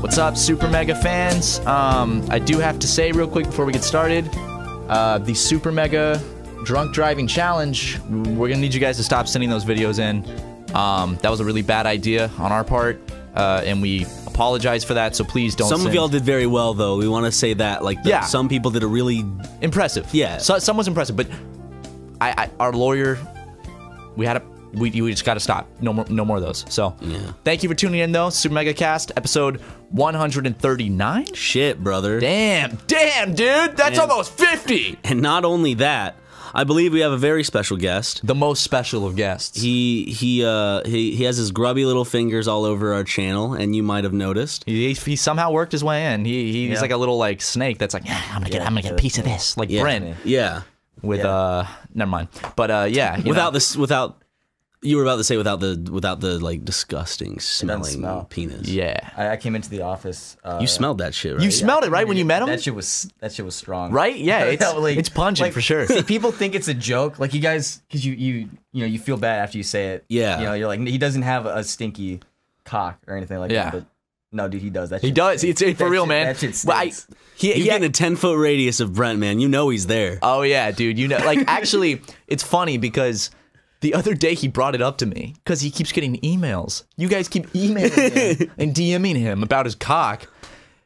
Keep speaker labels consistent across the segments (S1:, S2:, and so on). S1: What's up, super mega fans? Um, I do have to say real quick before we get started, uh, the super mega drunk driving challenge. We're gonna need you guys to stop sending those videos in. Um, that was a really bad idea on our part, uh, and we apologize for that. So please don't.
S2: Some
S1: send.
S2: of y'all did very well, though. We want to say that. Like, the,
S1: Yeah.
S2: some people did a really.
S1: impressive.
S2: Yeah.
S1: so, some was impressive, but I, I our lawyer, we had a we, we just got to stop. No more no more of those. So thank you for tuning in though. Super Mega Cast episode 139.
S2: Shit, brother.
S1: Damn, damn, dude, that's almost 50.
S2: And not only that, I believe we have a very special guest.
S1: The most special of guests.
S2: He he uh he, he has his grubby little fingers all over our channel, and you might have noticed.
S1: He, he somehow worked his way in. He, he's
S3: Yeah.
S1: like a little like snake that's like, "Ah, I'm gonna get I'm gonna get a piece of this, like
S2: Yeah.
S1: Brent
S2: Yeah.
S1: with
S3: Yeah.
S1: uh, never mind. But uh, yeah, you
S2: without
S1: know.
S2: this, without you were about to say without the without the like disgusting smelling
S3: smell.
S2: penis.
S1: yeah,
S3: I, I came into the office. Uh,
S2: You smelled that shit, right?
S1: you smelled it right when you met him.
S3: That shit was that shit was strong.
S1: Right? Yeah, it's-
S3: That,
S1: it's pungent
S3: like,
S1: for sure.
S3: See, people think it's a joke. Like you guys, because you you you know you feel bad after you say it.
S2: Yeah.
S3: You know you're like he doesn't have a stinky cock or anything like
S1: Yeah.
S3: that. But no, dude, he does. That
S1: He
S3: shit
S1: does. It's it, for
S3: That
S1: real,
S3: shit-
S1: man.
S3: that shit
S1: Well, I-
S3: stinks.
S1: he,
S2: You're
S1: he-
S2: getting a ten foot radius of Brent, man. You know he's there.
S1: Oh yeah, dude. You know, like actually, it's funny because the other day he brought it up to me because he keeps getting emails. You guys keep emailing him and DMing him about his cock.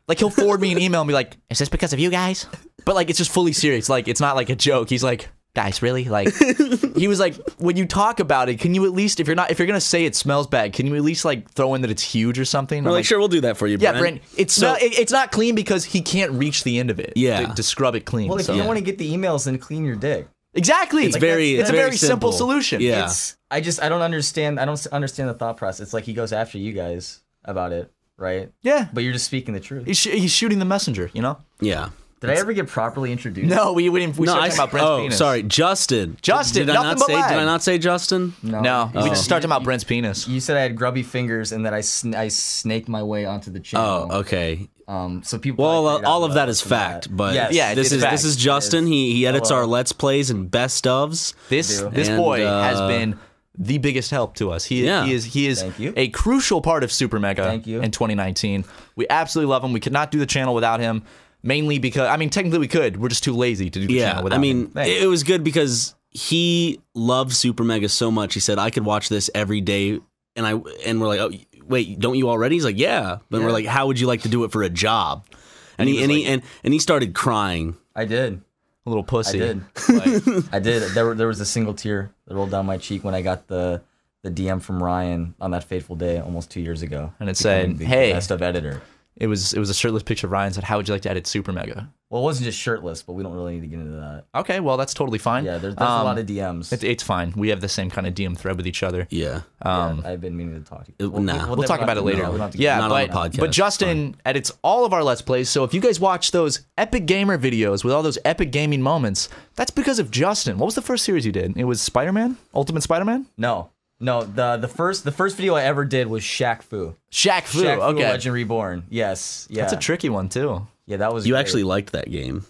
S1: Like he'll forward me an email and be like, "Is this because of you guys?" But like, it's just fully serious. Like it's not like a joke. He's like, "Guys, really?" Like he was like, "When you talk about it, can you at least if you're not if you're gonna say it smells bad, can you at least like throw in that it's huge or something?" I'm
S2: I'm like, sure, we'll do that for you,
S1: Yeah,
S2: Brent.
S1: Brent. It's
S2: So-
S1: not. It, it's not clean because he can't reach the end of it.
S2: Yeah.
S1: to, to scrub it clean.
S3: Well, if
S1: so-
S3: you don't want to get the emails, then clean your dick.
S1: exactly,
S2: It's very.
S1: It's, a very simple,
S2: simple
S1: solution.
S2: Yeah.
S3: It's, I just I don't understand. I don't s- understand the thought process. It's like he goes after you guys about it, right?
S1: yeah. But
S3: But you're just speaking the truth.
S1: he's, sh- he's shooting the messenger. You know.
S2: yeah.
S3: Did I ever get properly introduced?
S1: No, we we didn't. We started
S2: I-
S1: talking about Brent's
S2: oh,
S1: penis.
S2: sorry, Justin.
S1: Justin,
S2: did I
S1: nothing
S2: not
S1: but
S2: say?
S1: lag.
S2: Did I not say Justin?
S1: No, we
S3: You-
S1: just started talking about Brent's penis.
S3: You said I had grubby fingers and that I sn- I snaked my way onto the channel.
S2: Oh, okay.
S3: Um, so people.
S2: Well,
S1: uh,
S3: probably figured out
S2: all of
S3: what
S2: that
S3: I
S2: is
S3: was about.
S2: fact, but
S3: Yes.
S1: Yeah,
S2: this
S1: it's
S2: is
S1: fact.
S2: this is Justin. He he edits
S3: Hello.
S2: our let's plays and best ofs.
S1: This
S3: do.
S1: this
S2: And,
S1: boy
S2: uh,
S1: has been the biggest help to us. He,
S2: Yeah.
S1: he is he is
S3: Thank you.
S1: a crucial part of Super Mega
S3: Thank you.
S1: in 2019. We absolutely love him. We could not do the channel without him. Mainly because I mean, technically we could. We're just too lazy to do the
S2: Yeah,
S1: channel without
S2: I mean,
S1: him.
S2: it, it was good because he loved Super Mega so much. He said I could watch this every day, and I and we're like, oh wait, don't you already? He's like, yeah. But we're like, how would you like to do it for a job? And, he, and he and and he started crying.
S3: I did.
S1: a little
S3: I
S1: pussy.
S3: did. I did. There, were- there was a single tear that rolled down my cheek when I got the the DM from Ryan on that fateful day almost two years ago,
S1: And it
S3: becoming
S1: said,
S3: the
S1: "Hey."
S3: best of editor."
S1: It was it was a shirtless picture of Ryan said, "How would you like to edit Super Mega?"
S3: Well, it wasn't just shirtless, but we don't really need to get into that.
S1: Okay, well that's totally fine.
S3: Yeah, there's, there's
S1: Um,
S3: a lot of DMs.
S1: It's, it's fine. We have the same kind of DM thread with each other.
S2: Yeah,
S3: um, I've been meaning to talk to you.
S2: It- nah.
S1: We'll talk about it later.
S3: we don't have to-
S1: yeah,
S2: not on
S1: but,
S2: the podcast.
S1: but Justin edits all of our Let's Plays. So if you guys watch those epic gamer videos with all those epic gaming moments, that's because of Justin. What was the first series you did? It was Spider Man, Ultimate Spider Man,
S3: No, no. the The first the first video I ever did was Shaq Fu.
S1: Shaq Fu.
S3: Shaq Fu
S1: okay,
S3: Legend Reborn. Yes. Yeah.
S1: that's a tricky one too.
S3: yeah, that was
S2: you
S3: great.
S2: actually liked that game.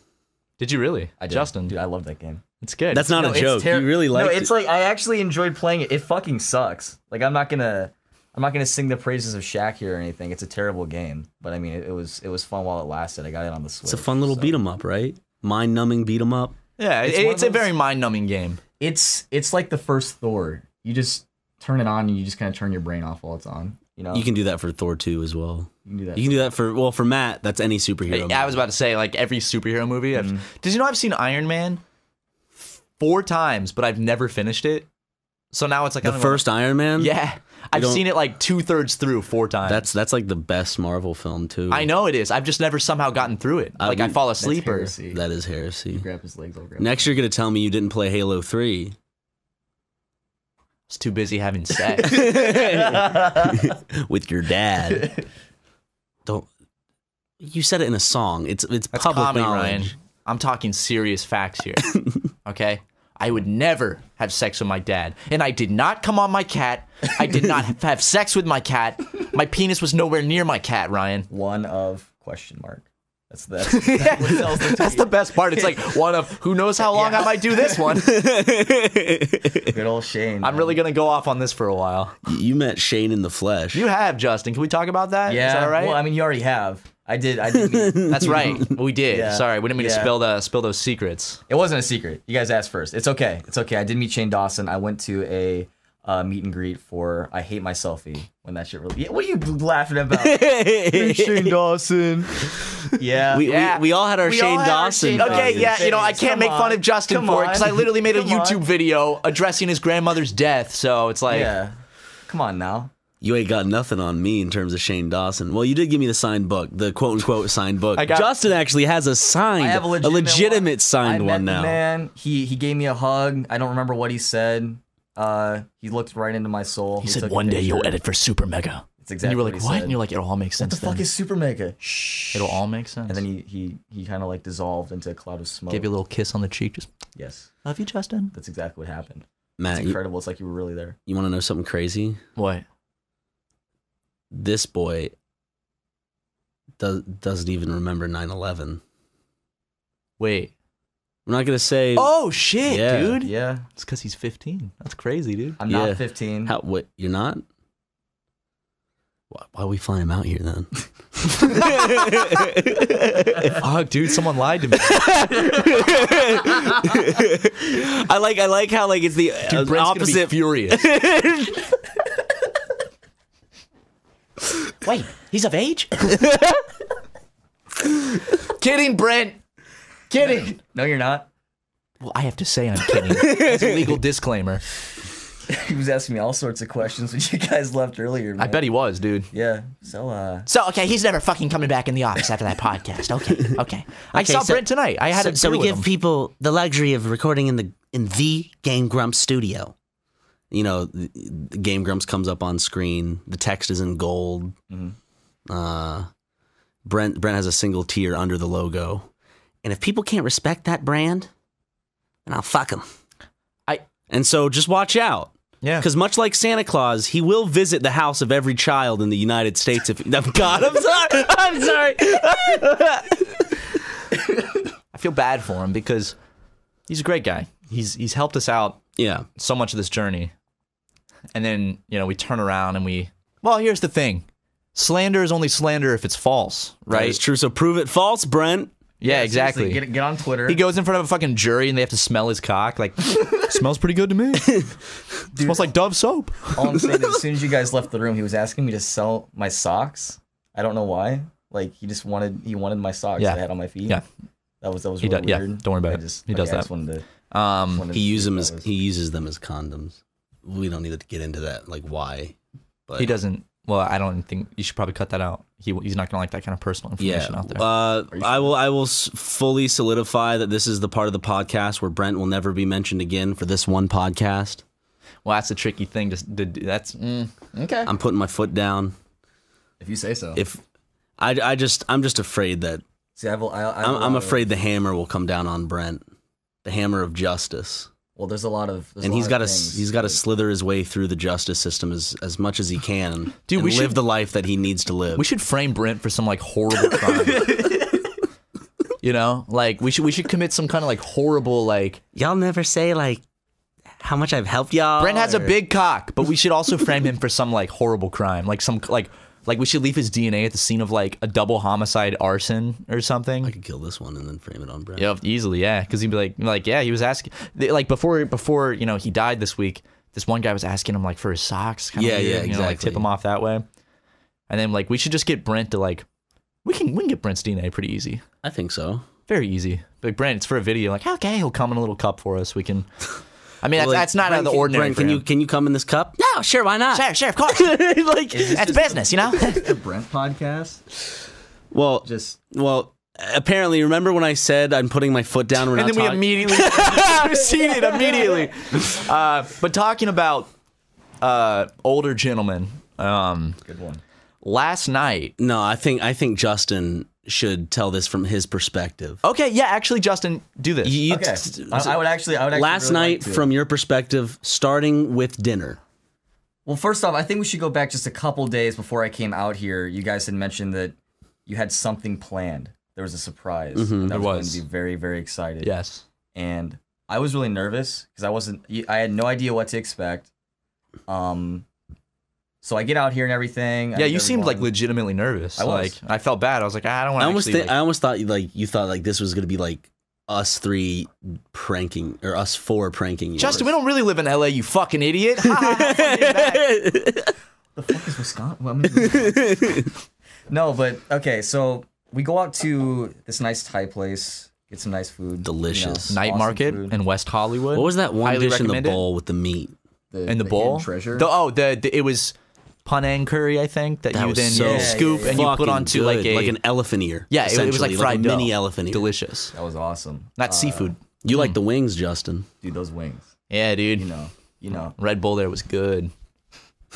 S1: Did you really,
S3: I did.
S1: Justin?
S3: Dude, I love that game.
S1: it's good.
S2: That's not
S3: No,
S2: a
S3: it's
S2: joke.
S3: ter-
S2: you really liked
S3: no,
S2: it.
S3: it's like I actually enjoyed playing it. It fucking sucks. Like I'm not gonna, I'm not gonna sing the praises of Shaq here or anything. It's a terrible game, but I mean, it, it was it was fun while it lasted. I got it on the Switch.
S2: It's a fun little beat 'em up, right? Mind numbing beat 'em up.
S1: yeah. It's,
S3: it's one
S1: it's
S3: of
S1: a
S3: those-
S1: very mind numbing game.
S3: It's it's like the first Thor. You just turn it on and you just kind of turn your brain off while it's on. You know,
S2: You can do that for Thor 2 as well.
S3: You can do that.
S2: You can do that for well for Matt. That's any superhero. Mm-hmm.
S1: I was about to say like every superhero movie. I've, Did you know I've seen Iron Man four times, but I've never finished it. So now it's like I
S2: the
S1: don't know-
S2: first Iron Man.
S1: Yeah, I've
S2: don't-
S1: seen it like two thirds through four times.
S2: that's that's like the best Marvel film too.
S1: I know it is. I've just never somehow gotten through it. like I
S2: we-
S1: fall
S3: That's
S1: asleep or
S3: heresy.
S2: that is heresy.
S3: grab his legs. I'll grab.
S2: Next, you're gonna tell me you didn't play Halo Three.
S1: was too busy having sex.
S2: with your dad. Don't. You said it in a song. It's it's
S1: That's
S2: public
S1: comedy,
S2: knowledge.
S1: Ryan. I'm talking serious facts here. Okay. I would never have sex with my dad, and I did not come on my cat. I did not have sex with my cat. My penis was nowhere near my cat, Ryan.
S3: One of question mark. That's that's, that's what sells the
S1: That's the best part. It's like one of who knows how long I might do this one.
S3: tweet. good old Shane.
S1: I'm really gonna go off on this for a while.
S2: You met Shane in the flesh.
S1: You have Justin. Can we talk about that? Is
S3: yeah.
S1: that all right?
S3: Well, I mean, you already have. I did. I did. meet-
S1: That's right. We did.
S3: Yeah.
S1: Sorry, we didn't mean to
S3: Yeah.
S1: spill the spill those secrets.
S3: It wasn't a secret. You guys asked first. It's okay. It's okay. I did meet Shane Dawson. I went to a uh, meet and greet for I Hate My Selfie when that shit really. Yeah, what are you laughing about? Shane Dawson. Yeah.
S2: we,
S1: Yeah.
S2: we, we all had our
S1: We all
S2: Shane
S1: had our
S2: Dawson.
S1: Shane
S2: phases.
S1: Okay, yeah, you know, I
S3: Come
S1: can't make fun
S3: on.
S1: of Justin
S3: Come
S1: for it
S3: on.
S1: because I literally made a
S3: Come on.
S1: YouTube video addressing his grandmother's death. So it's like,
S3: yeah. Come on now.
S2: You ain't got nothing on me in terms of Shane Dawson. Well, you did give me the signed book, the quote unquote signed book.
S1: I got-
S2: Justin actually has a signed,
S3: I have a legitimate,
S2: legitimate
S3: one.
S2: signed
S3: I
S2: one
S3: met
S2: now.
S3: the Man, he he gave me a hug. I don't remember what he said. Uh, he looked right into my soul.
S1: he said
S3: took a
S1: one day you'll
S3: picture."
S1: edit for Super Mega.
S3: That's exactly
S1: and you were
S3: what
S1: like,
S3: he
S1: what?
S3: said.
S1: And you're like, it'll all make sense.
S3: What the fuck
S1: then."
S3: is Super Mega?
S1: it'll all make sense.
S3: And then he he he kind of like dissolved into a cloud of smoke.
S1: gave you a little kiss on the cheek. Just
S3: yes,
S1: love you, Justin.
S3: that's exactly what happened.
S2: Matt,
S3: It's
S2: Uh, you,
S3: incredible. It's like you were really there.
S2: want to know something crazy?
S1: What?
S2: This boy does, doesn't even remember 9 11.
S1: Wait.
S2: We're not going to say.
S1: Oh shit,
S2: Yeah.
S1: dude.
S3: Yeah,
S1: It's because he's 15. That's crazy, dude.
S3: I'm
S2: Yeah.
S3: not 15.
S2: How, what? You're not? Why, why we fly him out here then?
S1: Fuck, dude. Someone lied to me.
S2: I like I like how like it's the uh,
S1: Dude, Brent's gonna
S2: opposite
S1: be furious. Wait, he's of age? kidding, Brent. Kidding.
S3: no, you're not.
S1: Well, I have to say I'm kidding. That's a legal disclaimer.
S3: He was asking me all sorts of questions when you guys left earlier. Man.
S1: I bet he was, dude.
S3: Yeah. So uh,
S1: So okay, he's never fucking coming back in the office after that podcast. Okay, okay. I
S4: Okay,
S1: saw
S4: so-
S1: Brent tonight. I had
S4: so,
S1: a
S4: so
S1: beer
S4: we
S1: with
S4: give
S1: him.
S4: people the luxury of recording in the in the Game Grump studio.
S2: you know, the- the Game Grumps comes up on screen. The text is in gold.
S1: Mm-hmm.
S2: Uh, Brent Brent has a single tier under the logo.
S4: And if people can't respect that brand, then I'll fuck them.
S2: And so just watch out.
S1: Yeah.
S2: Because much like Santa Claus, he will visit the house of every child in the United States. If God, I'm sorry, I'm sorry.
S1: I feel bad for him because he's a great guy. He's he's helped us out
S2: Yeah,
S1: so much of this journey. And then, you know, we turn around and we Well, here's the thing. Slander is only slander if it's false, right?
S2: it's true. So prove it false, Brent.
S1: Yeah,
S3: yeah,
S1: exactly.
S3: seriously, Get get on Twitter.
S1: He goes in front of a fucking jury and they have to smell his cock. Like, smells pretty good to me. Smells like Dove soap.
S3: All I'm saying is, as soon as you guys left the room, he was asking me to sell my socks. I don't know why. Like he just wanted he wanted my socks
S1: Yeah.
S3: that I had on my feet.
S1: Yeah.
S3: That was that was
S1: He
S3: really
S1: does- yeah,
S3: weird.
S1: don't worry about
S3: I
S1: it.
S3: just-
S1: He
S3: okay,
S1: does
S3: I just
S1: that.
S3: wanted to-
S1: Um,
S3: wanted to
S2: He uses
S3: see
S2: them
S3: what
S2: as
S3: that was.
S2: he uses them as condoms. We don't need to get into that. Like why? But
S1: he doesn't. Well, I don't think you should probably cut that out. He he's not gonna like that kind of personal information out there.
S2: Uh, I will. I will s- fully solidify that this is the part of the podcast where Brent will never be mentioned again for this one podcast.
S1: well, that's a tricky thing. To, to do. that's mm, okay.
S2: I'm putting my foot down.
S3: If you say so.
S2: If I, I just, I'm just afraid that
S3: See, I have, a- I, I have
S2: I'm,
S3: a
S2: I'm
S3: lot of-
S2: afraid the hammer will come down on Brent, the hammer of justice,
S3: Well, there's a lot of. there's
S2: and
S3: a
S2: he's
S3: lot
S2: got to,
S3: of things.
S2: he's got to slither his way through the justice system as as much as he can.
S1: Dude,
S2: and
S1: we
S2: live
S1: should-
S2: the life that he needs to live.
S1: We should frame Brent for some like horrible crime. you know, like we should we should commit some kind of like horrible like
S4: Y'all never say like how much I've helped y'all.
S1: Brent has a
S4: or-
S1: big cock, but we should also frame him for some like horrible crime, like some like like we should leave his DNA at the scene of like a double homicide arson or something.
S2: I could kill this one and then frame it on Brent.
S1: Yeah, easily, yeah. Because he'd be like, like, yeah, he was asking, they- like, before, before you know, he died this week. This one guy was asking him like for his socks, kind of
S2: Yeah, yeah,
S1: you know, like tip
S2: exactly.
S1: him off that way. And then like we should just get Brent to like, we can we can get Brent's DNA pretty easy,
S2: I think so.
S1: very easy. Like Brent, it's for a video. Like okay, he'll come in a little cup for us. We can. I mean, that's,
S2: Like,
S1: that's not out of the
S2: Brent, can-
S1: ordinary.
S2: Brent,
S1: for
S2: can
S1: him.
S2: you can you come in this cup?
S4: No, sure, why not?
S1: Sure, sure, of course. like that's business, you know.
S3: the Brent podcast.
S2: Well,
S3: Just
S2: Well, apparently, remember when I said I'm putting my foot down? We're not
S1: and then we
S2: talk-
S1: immediately proceeded immediately. Uh, but talking about uh, older gentlemen, um,
S3: good one.
S1: last night.
S2: No, I think I think Justin should tell this from his perspective.
S1: Okay, yeah, actually, Justin, do this.
S2: You-
S3: Okay.
S2: t- t-
S3: I, I would actually. I would actually
S2: last
S3: really like
S2: night,
S3: to.
S2: from your perspective, starting with dinner.
S3: Well, first off, I think we should go back just a couple days before I came out here. You guys had mentioned that you had something planned. there was a surprise. and I
S1: Mm-hmm, There
S3: was,
S1: was.
S3: going to be very, very excited.
S1: Yes.
S3: And I was really nervous because I wasn't, I had no idea what to expect. Um, so I get out here and everything. I
S1: Yeah,
S3: meet
S1: you seemed like
S3: everyone.
S1: legitimately nervous.
S3: I was.
S1: Like I felt bad. I was like, "Ah, I don't want
S2: I
S1: to.
S2: almost think I almost thought you like you thought like this was gonna be like us three pranking or us four pranking you.
S1: Justin, we don't really live in LA. You fucking idiot. Ha, ha, ha, fucking back.
S3: the fuck is Wisconsin? Well, I'm in Wisconsin. no, but okay. So we go out to this nice Thai place, get some nice food, you know,
S2: Delicious.
S1: Night
S3: awesome
S1: market
S3: food.
S1: in West Hollywood.
S2: What was that one
S1: Highly
S2: dish in the
S1: recommend it.
S2: bowl with the meat?
S1: in the,
S5: hidden
S1: bowl?
S5: treasure.
S1: The- oh, the, the it was panang curry, I think, that,
S2: That
S1: you
S2: was
S1: then
S2: so
S1: scoop and you put
S2: fucking
S1: onto like
S2: good.
S1: a
S2: an elephant ear.
S1: yeah, it- it, was
S2: essentially,
S1: like fried
S2: a mini
S1: dough.
S2: elephant ear.
S1: delicious,
S3: That was awesome.
S1: not seafood.
S2: You like the wings, Justin?
S3: Uh, Dude, those wings.
S1: Yeah, dude.
S3: You know, you know.
S1: Red Bull there was good.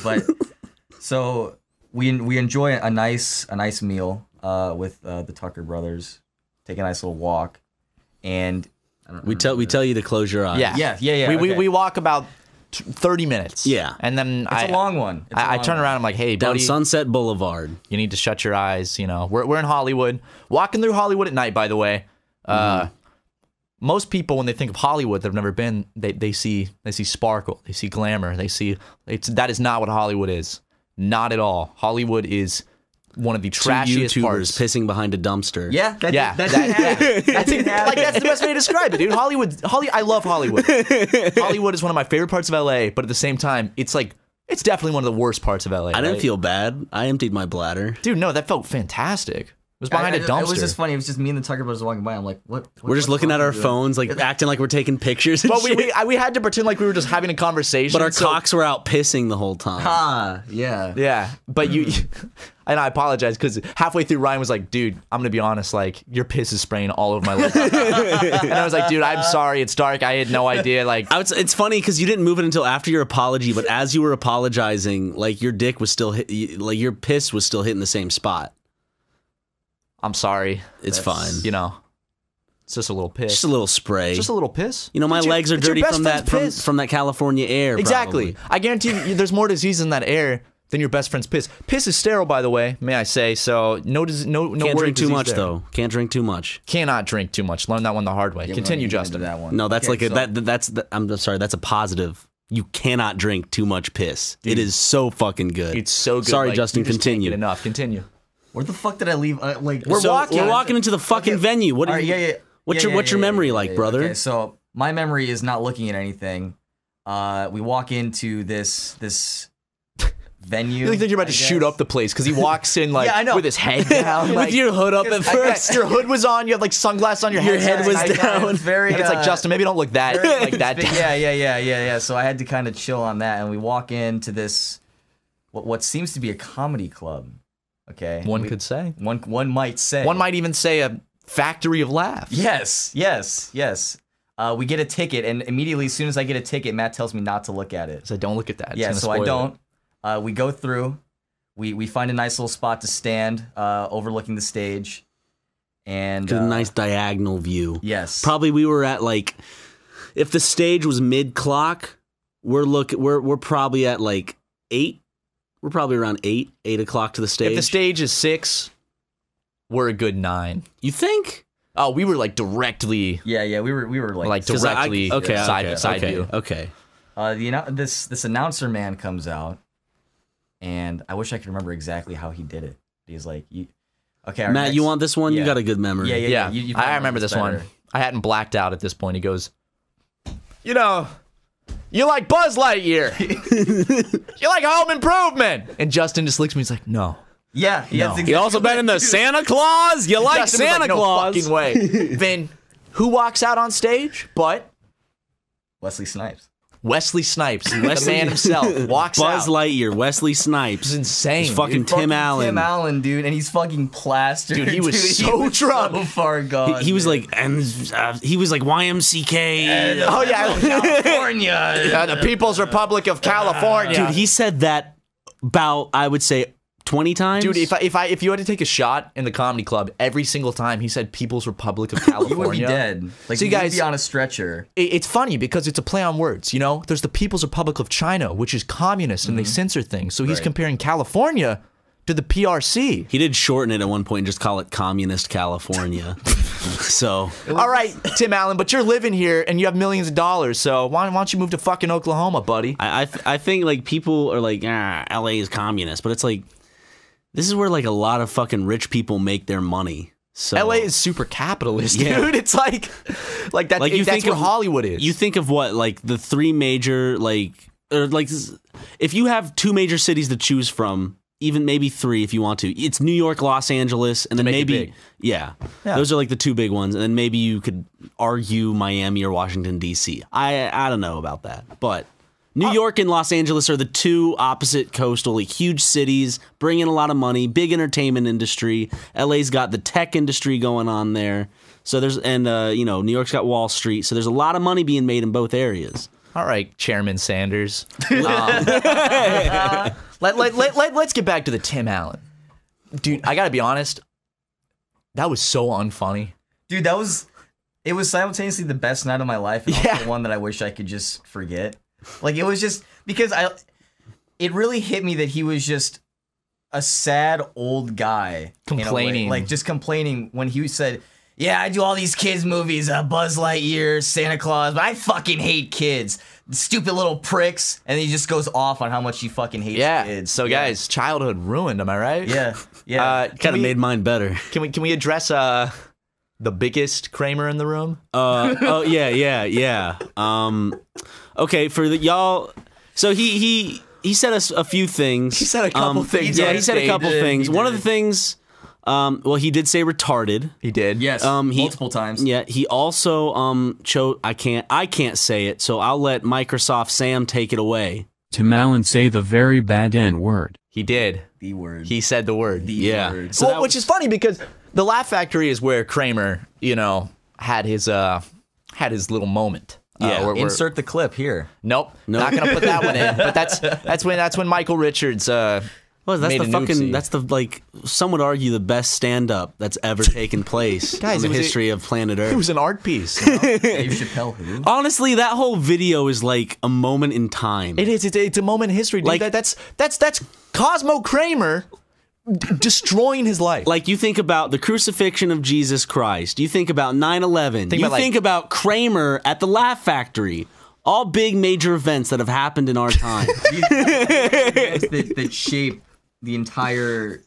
S3: But so we we enjoy a nice a nice meal uh, with uh, the Tucker brothers. Take a nice little walk, and
S2: We tell we tell you to close your eyes.
S1: Yeah,
S3: Yeah, yeah, yeah,
S1: We we,
S3: okay.
S1: we walk about t- thirty minutes.
S2: Yeah.
S1: and then
S3: it's
S1: I
S3: a long one. It's
S1: I,
S3: a
S1: I
S3: long
S1: turn
S3: one.
S1: around. I'm like, hey,
S2: Down
S1: buddy,
S2: Sunset Boulevard.
S1: you need to shut your eyes. You know, we're we're in Hollywood, walking through Hollywood at night. By the way, uh,
S3: Mm-hmm.
S1: most people when they think of Hollywood, they've never been. They they see they see sparkle, they see glamour, they see it's that is not what Hollywood is. Not at all. Hollywood is one of the
S2: Two
S1: trashiest
S2: YouTubers
S1: parts.
S2: pissing behind a dumpster.
S3: Yeah, that
S1: Yeah,
S3: Did,
S1: that-
S3: that, did happen. that did happen.
S1: like that's the best way to describe it, dude. Hollywood, Holly, I love Hollywood. Hollywood is one of my favorite parts of LA, but at the same time, it's like it's definitely one of the worst parts of LA.
S2: I didn't
S1: right?
S2: feel bad. I emptied my bladder.
S1: dude. No, that felt fantastic. It was behind a
S3: a
S1: dumpster.
S3: It was just funny. It was just me and the Tucker brothers walking by. I'm like, what? what
S2: We're just
S3: what's
S2: looking
S3: wrong
S2: at our
S3: with you?
S2: phones, like acting like we're taking pictures. And
S1: but we
S2: shit.
S1: we, I, we had to pretend like we were just having a conversation.
S2: but our
S1: so-
S2: cocks were out pissing the whole time.
S3: Ah, yeah.
S1: Yeah, but you,
S2: Hmm.
S1: and I apologize because halfway through Ryan was like, "Dude, I'm gonna be honest. Like, your piss is spraying all over my leg." and I was like, "Dude, I'm sorry. It's dark. I had no idea. Like,
S2: I was, it's funny because you didn't move it until after your apology, but as you were apologizing, like your dick was still hit, y- like your piss was still hitting the same spot.
S1: I'm sorry.
S2: It's fine.
S1: You know, it's just a little piss.
S2: Just a little spray.
S1: Just a little piss.
S2: you know, my
S1: It's your-
S2: legs are
S1: it's your
S2: dirty
S1: best
S2: from that
S1: friend's
S2: from,
S1: piss.
S2: from that California air.
S1: exactly.
S2: probably.
S1: I guarantee you, there's more disease in that air than your best friend's piss. Piss is sterile, by the way, may I say? So no, dis- no, no.
S2: Can't
S1: worry
S2: drink too
S1: disease
S2: much
S1: there.
S2: though. Can't drink too much.
S1: Cannot drink too much. Learn that one the hard way.
S3: Yeah, we don't
S1: Continue,
S3: need to get into
S1: Justin.
S3: That one.
S2: No, that's like a,
S3: Okay, so-
S2: that, that's that, I'm sorry. That's a positive. You cannot drink too much piss. It is so fucking good.
S1: It's so good.
S2: Sorry,
S1: like,
S2: Justin.
S1: you just can't get
S2: Continue.
S1: Enough. Continue.
S3: Where the fuck did I leave? Uh, like
S2: So, We're walking into the fucking venue. What?
S3: All
S2: Are,
S3: right,
S2: you
S3: yeah, yeah.
S2: What's
S3: Yeah,
S2: your
S3: yeah,
S2: What's your
S3: yeah, yeah,
S2: memory
S3: yeah,
S2: like,
S3: yeah,
S2: brother?
S3: Okay, so my memory is not looking at anything. Uh, we walk into this this venue.
S1: You like think you're about
S3: I
S1: to shoot
S3: guess.
S1: up the place because he walks in like
S3: Yeah, I know.
S1: with his head down, like
S2: With your hood up at
S1: I guess
S2: first.
S1: your hood was on. You had like sunglasses on. Your,
S2: Your head
S1: was
S2: was
S1: nice.
S3: I got-
S2: down.
S3: It's very.
S1: And it's like
S3: uh,
S1: Justin, maybe don't look that
S3: very-
S1: like that.
S3: it's
S1: Down.
S3: ve- Yeah, yeah, yeah, yeah, yeah. So I had to kind of chill on that, and we walk into this what what seems to be a comedy club. Okay,
S1: One
S3: We-
S1: could say.
S3: one one might say
S1: One might even say a factory of laughs.
S3: Yes, yes, yes. Uh, we get a ticket, and immediately, as soon as I get a ticket, Matt tells me not to look at it.
S1: So don't look at that. It's
S3: yeah,
S1: gonna
S3: so I
S1: spoil it.
S3: don't. Uh, we go through. We we find a nice little spot to stand, uh, overlooking the stage, and
S2: Get a
S3: uh,
S2: nice diagonal view.
S3: Yes,
S2: Probably we were at like, if the stage was mid clock, we're look we're we're probably at like eight. We're probably around eight eight o'clock to the stage.
S1: If the stage is six, we're a good nine.
S2: you think?
S1: Oh, we were like directly,
S3: Yeah, yeah. We were we were like,
S1: like
S2: 'Cause I- I-
S1: directly
S2: okay,
S1: side
S2: okay,
S1: side
S2: okay,
S1: view.
S2: Okay.
S3: uh, the annou- this this announcer man comes out, and I wish I could remember exactly how he did it. He's like, you, okay, our
S2: Matt, you
S3: next-
S2: want this one? You
S3: yeah.
S2: got a good memory.
S3: Yeah, yeah,
S1: Yeah,
S3: you- you
S1: I
S3: probably
S1: remember
S3: know
S1: this
S3: better.
S1: one. I hadn't blacked out at this point. He goes, you know, you like Buzz Lightyear, you like Home Improvement, and Justin just looks at me. He's like, no.
S3: Yeah, yeah. that's
S2: You also been in the Santa Claus. You like
S1: Justin was
S2: Santa
S1: like, no
S2: Claus?
S1: fucking way. then who walks out on stage? But
S3: Wesley Snipes.
S1: Wesley Snipes, the man himself, walks
S2: Buzz
S1: out.
S2: Lightyear, Wesley Snipes,
S1: it's insane. dude.
S2: fucking Tim Allen.
S3: Tim Allen, dude, and he's fucking plastered.
S1: Dude, he was so drunk.
S3: so far gone.
S2: he was
S3: dude.
S2: like, and uh, he was like YMCK.
S1: Oh yeah, I-
S3: California.
S1: Uh, the People's Republic of California.
S2: Dude, he said that about I would say twenty times.
S1: Dude, if I, if I if you had to take a shot in the comedy club every single time he said People's Republic of California,
S3: You would be dead. Like
S1: So you
S3: you guys
S1: guys-
S3: be on a stretcher.
S1: It- it's funny because it's a play on words. You know,
S2: Mm-hmm.
S1: there's the People's Republic of China, which is communist and they censor things. So he's comparing California to the PRC.
S2: He did shorten it at one point and just call it Communist California. so
S1: All right, Tim Allen, but you're living here and you have millions of dollars, so why, why don't you move to fucking Oklahoma, buddy?
S2: I, I, th- I think like people are like, ah, LA is communist, but it's like, this is where like a lot of fucking rich people make their money. So
S1: LA is super capitalist,
S2: Yeah.
S1: dude. It's like, like that.
S2: Like, you
S1: that's
S2: think
S1: what
S2: of-
S1: Hollywood is.
S2: You think of what like the three major like or like s- if you have two major cities to choose from, even maybe three if you want to. It's New York, Los Angeles, and then
S1: make it
S2: maybe
S1: big.
S2: yeah,
S1: Yeah.
S2: those are like the two big ones. And then maybe you could argue Miami or Washington D.C. I I don't know about that, but. New
S1: Uh,
S2: York and Los Angeles are the two opposite coastal, like, huge cities, bring in a lot of money, big entertainment industry. LA's got the tech industry going on there. So there's, and, uh, you know, New York's got Wall Street. So there's a lot of money being made in both areas.
S1: All right, Chairman Sanders. Um, let, let, let, let, us get back to the Tim Allen. Dude, I gotta be honest. That was so unfunny.
S3: dude, that was it was simultaneously the best night of my life and
S1: Yeah.
S3: also one that I wish I could just forget. Like it was just because I it really hit me that he was just a sad old guy in a way.
S1: Complaining.
S3: like just complaining when he said. Yeah, I do all these kids movies, uh, Buzz Lightyear, Santa Claus, but I fucking hate kids, stupid little pricks, and he just goes off on how much he fucking hates
S1: Yeah.
S3: kids.
S1: so,
S3: Yeah.
S1: guys, childhood ruined. Am I right?
S3: yeah, yeah,
S1: Uh,
S2: Kind
S1: can,
S2: of
S1: we,
S2: made mine better.
S1: can we can we address uh the biggest Kramer in the room?
S2: Uh, oh yeah, yeah, yeah. Um, okay, for the y'all. So he he he said us a few things. He
S1: said a couple things
S2: Yeah,
S1: on
S2: he said a
S1: stage.
S2: couple
S3: He did,
S2: things.
S3: he
S2: One of the
S3: did.
S2: things. Um, well, he did say retarded.
S1: He did.
S3: yes,
S2: Um, he-
S3: multiple times.
S2: Yeah, he also um chose. I can't. I can't say it. So I'll let Microsoft Sam take it away.
S5: Tim Allen say the very bad N word.
S1: He did.
S3: The word,
S1: He said the word.
S3: the
S2: Yeah.
S3: word.
S2: So
S1: well,
S2: that
S1: which is funny because the Laugh Factory is where Kramer, you know, had his uh had his little moment. Uh,
S2: Yeah,
S1: where- where-
S3: Insert the clip here.
S1: Nope, not gonna put that one in. But that's that's when that's when Michael Richards. Uh,
S2: Well, that's
S1: Made
S2: the
S1: an
S2: fucking.
S1: oopsie.
S2: That's the like. Some would argue the best stand up that's ever taken place
S1: Guys,
S2: in
S1: it
S2: the
S1: was a-
S2: history of planet
S1: it
S2: Earth.
S1: was an art piece. you know?
S3: Dave Chappelle, who?
S2: Honestly, that whole video is like a moment in time.
S1: it is. It's, it's a moment in history. Dude.
S2: Like-
S1: that, that's that's that's Cosmo Kramer d- destroying his life.
S2: like you think about the crucifixion of Jesus Christ, you think about 9/11, you
S1: about, like-
S2: think about Kramer at the Laugh Factory, all big major events that have happened in our time.
S3: things that, that shape the entire